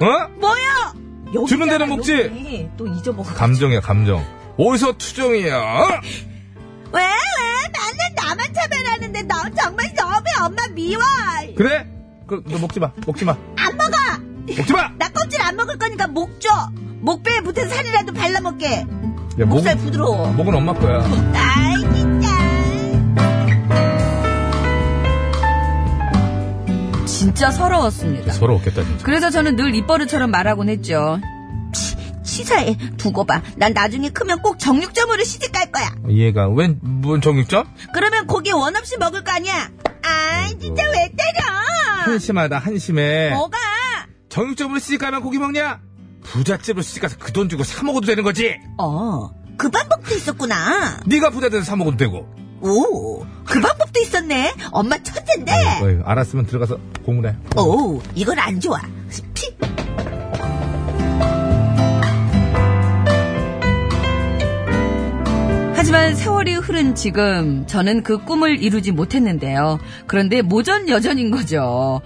어? 뭐야? 주는 데는 먹지. 또 잊어먹어. 감정이야, 감정. 어디서 투정이야? 왜? 왜? 맨날 나만 차별하는데 너 정말 너무 엄마 미워. 그래? 그, 너 먹지 마, 먹지 마. 안 먹어. 먹지 마! 나 껍질 안 먹을 거니까 목 줘. 목배에 붙은 살이라도 발라먹게. 야, 목살 부드러워. 목은 엄마 거야. (laughs) 아이 진짜. 진짜 서러웠습니다. 서로 없겠다, 진짜. 그래서 저는 늘 입버릇처럼 말하곤 했죠. 치사해. 두고 봐. 난 나중에 크면 꼭 정육점으로 시집 갈 거야. 얘가 웬, 뭔 정육점? 그러면 고기 원 없이 먹을 거 아니야. 아이 진짜 왜 아. 때려? 한심하다, 그 어? 한심해. 뭐가? 정육점으로 시집 가면 고기 먹냐? 부잣집으로 시집 가서 그 돈 주고 사 먹어도 되는 거지. 어. 그 방법도 있었구나. 네가 부자 돼서 사 먹어도 되고. 오, 그 방법도 있었네. 엄마 천재인데. 어이, 알았으면 들어가서 공부해. 오, 이건 안 좋아. 피. 하지만 세월이 흐른 지금 저는 그 꿈을 이루지 못했는데요. 그런데 모전 여전인 거죠.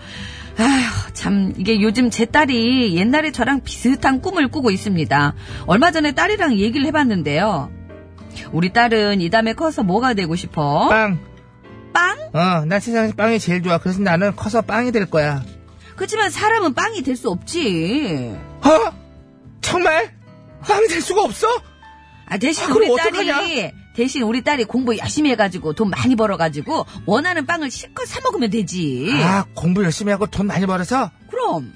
아휴, 참, 이게 요즘 제 딸이 옛날에 저랑 비슷한 꿈을 꾸고 있습니다. 얼마 전에 딸이랑 얘기를 해봤는데요. 우리 딸은 이 다음에 커서 뭐가 되고 싶어? 빵. 빵? 어, 나 세상에서 빵이 제일 좋아. 그래서 나는 커서 빵이 될 거야. 그렇지만 사람은 빵이 될 수 없지. 어? 정말? 빵이 될 수가 없어? 아, 대신 아, 그럼 우리 딸이 어떡하냐? 대신 우리 딸이 공부 열심히 해가지고 돈 많이 벌어가지고 원하는 빵을 실컷 사 먹으면 되지. 아, 공부 열심히 하고 돈 많이 벌어서 그럼.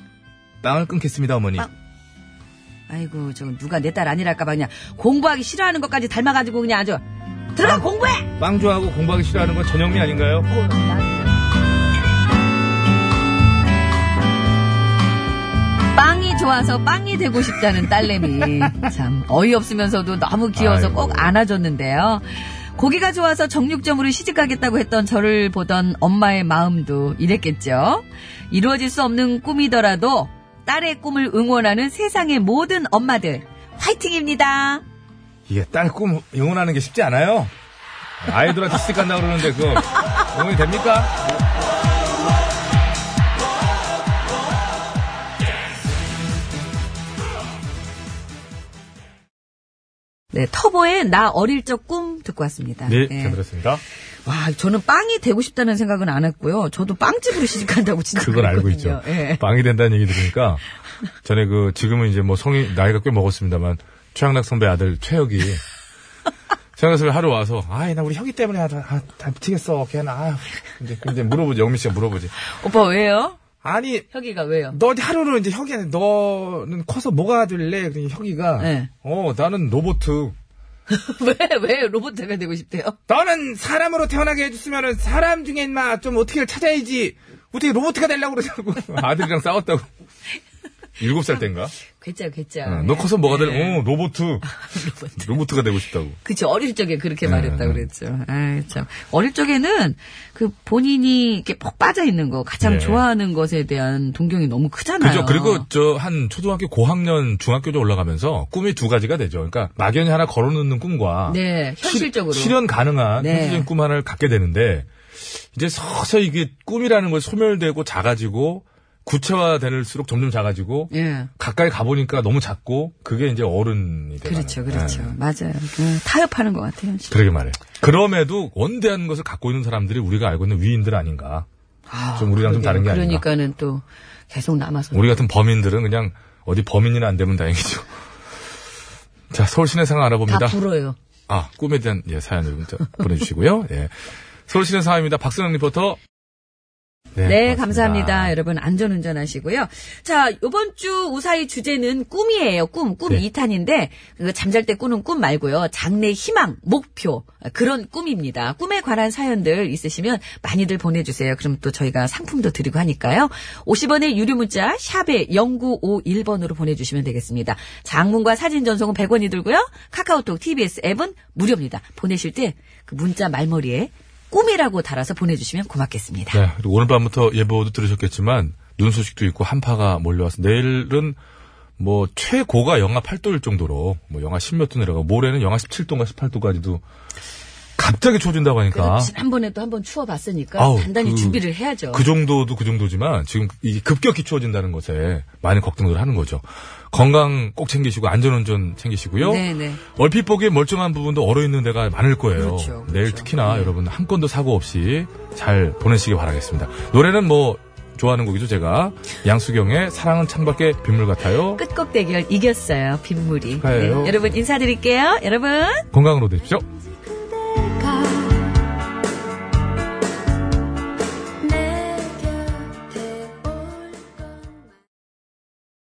빵을 끊겠습니다, 어머니. 아이고 저 누가 내 딸 아니랄까봐 그냥 공부하기 싫어하는 것까지 닮아가지고 그냥 아주 들어가 공부해. 빵 좋아하고 공부하기 싫어하는 건 전영미 아닌가요? 음. 빵이 좋아서 빵이 되고 싶다는 딸내미 참 어이없으면서도 너무 귀여워서 꼭 안아줬는데요. 고기가 좋아서 정육점으로 시집가겠다고 했던 저를 보던 엄마의 마음도 이랬겠죠. 이루어질 수 없는 꿈이더라도 딸의 꿈을 응원하는 세상의 모든 엄마들 화이팅입니다. 이게 딸 꿈 응원하는 게 쉽지 않아요. 아이들한테 시집 간다 그러는데 그거 응원이 됩니까? 네, 터보의 나 어릴 적 꿈 듣고 왔습니다. 네, (laughs) 네. 잘 들었습니다. 와, 아, 저는 빵이 되고 싶다는 생각은 안 했고요. 저도 빵집으로 시집 간다고 진짜. 그걸 알고 그랬거든요. 있죠. 네. 예. 빵이 된다는 얘기 들으니까 전에 그 지금은 이제 뭐 성인 나이가 꽤 먹었습니다만 최양락 선배 아들 최혁이 최양락 선배 하루 와서 아이 나 우리 혁이 때문에 아, 다, 아, 다 미치겠어 걔는 아 이제 이제 물어보지 영미 씨가 물어보지 오빠 왜요? 아니, 혁이가 왜요? 너 이제 하루는 이제 혁이한테 너는 커서 뭐가 될래? 그러니 혁이가 네. 어 나는 로보트 (laughs) 왜, 왜 로봇 대가 되고 싶대요? 너는 사람으로 태어나게 해줬으면 사람 중에 인마 좀 어떻게 찾아야지. 어떻게 로봇가 되려고 그러냐고. 아들이랑 싸웠다고. 일곱 살 땐가? 괴짜, 괴짜. 어, 너 커서 뭐가 네. 될, 어, 로보트. 로보트가 되고 싶다고. 예. 그치, 어릴 적에 그렇게 예. 말했다고 그랬죠. 아 참. 어릴 적에는 그 본인이 이렇게 폭 빠져 있는 거, 가장 예. 좋아하는 것에 대한 동경이 너무 크잖아요. 그죠. 그리고 저 한 초등학교 고학년 중학교 좀 올라가면서 꿈이 두 가지가 되죠. 그러니까 막연히 하나 걸어놓는 꿈과 네, 현실적으로. 실, 현 가능한 네. 현실적인 꿈 하나를 갖게 되는데 이제 서서히 이게 꿈이라는 걸 소멸되고 작아지고 구체화될수록 점점 작아지고 예. 가까이 가보니까 너무 작고 그게 이제 어른이 되는 그렇죠, 그렇죠. 맞아요. 예, 타협하는 것 같아요. 현실. 네. 그러게 말해. 요 그럼에도 원대한 것을 갖고 있는 사람들이 우리가 알고 있는 위인들 아닌가. 좀 우리랑 좀 다른 게 아닌가. 그러니까는 또 계속 남아서. 우리 같은 범인들은 그냥 어디 범인이나 안 되면 다행이죠. 자, 서울 시내 상황 다 알아봅니다. 불어요. 아, 꿈에 대한 예, 사연을 문자 보내주시고요. 예. 서울 시내 상황입니다. 박선영 리포터. 네, 고맙습니다. 감사합니다. 여러분, 안전운전 하시고요. 자, 요번 주 우사의 주제는 꿈이에요. 꿈, 꿈 네. 이 2탄인데, 그 잠잘 때 꾸는 꿈 말고요. 장래 희망, 목표, 아, 그런 꿈입니다. 꿈에 관한 사연들 있으시면 많이들 보내주세요. 그럼 또 저희가 상품도 드리고 하니까요. 50원의 유료 문자, 샵에 0951번으로 보내주시면 되겠습니다. 장문과 사진 전송은 100원이 들고요. 카카오톡, TBS 앱은 무료입니다. 보내실 때 그 문자 말머리에 꿈이라고 달아서 보내주시면 고맙겠습니다. 네, 그리고 오늘 밤부터 예보도 들으셨겠지만 눈 소식도 있고 한파가 몰려와서 내일은 뭐 최고가 영하 8도일 정도로 뭐 영하 10몇 도 내려가고 모레는 영하 17도인가 18도까지도 갑자기 추워진다고 그래도 하니까 지난번에 또 한번 추워봤으니까 그러니까. 아우, 그러니까 단단히 그- 준비를 해야죠. 그 정도도 그 정도지만 지금 이 급격히 추워진다는 것에 많은 걱정을 하는 거죠. 건강 꼭 챙기시고 안전운전 챙기시고요. 네네. 얼핏 보기에 멀쩡한 부분도 얼어있는 데가 많을 거예요. 그렇죠, 그렇죠. 내일 특히나 여러분 한 건도 사고 없이 잘 보내시기 바라겠습니다. 노래는 뭐 좋아하는 곡이죠 제가 양수경의 사랑은 창밖에 빗물 같아요. 끝곡 대결 이겼어요. 빗물이. 축하해요. 여러분 인사드릴게요. 여러분. 건강으로 되십시오. 지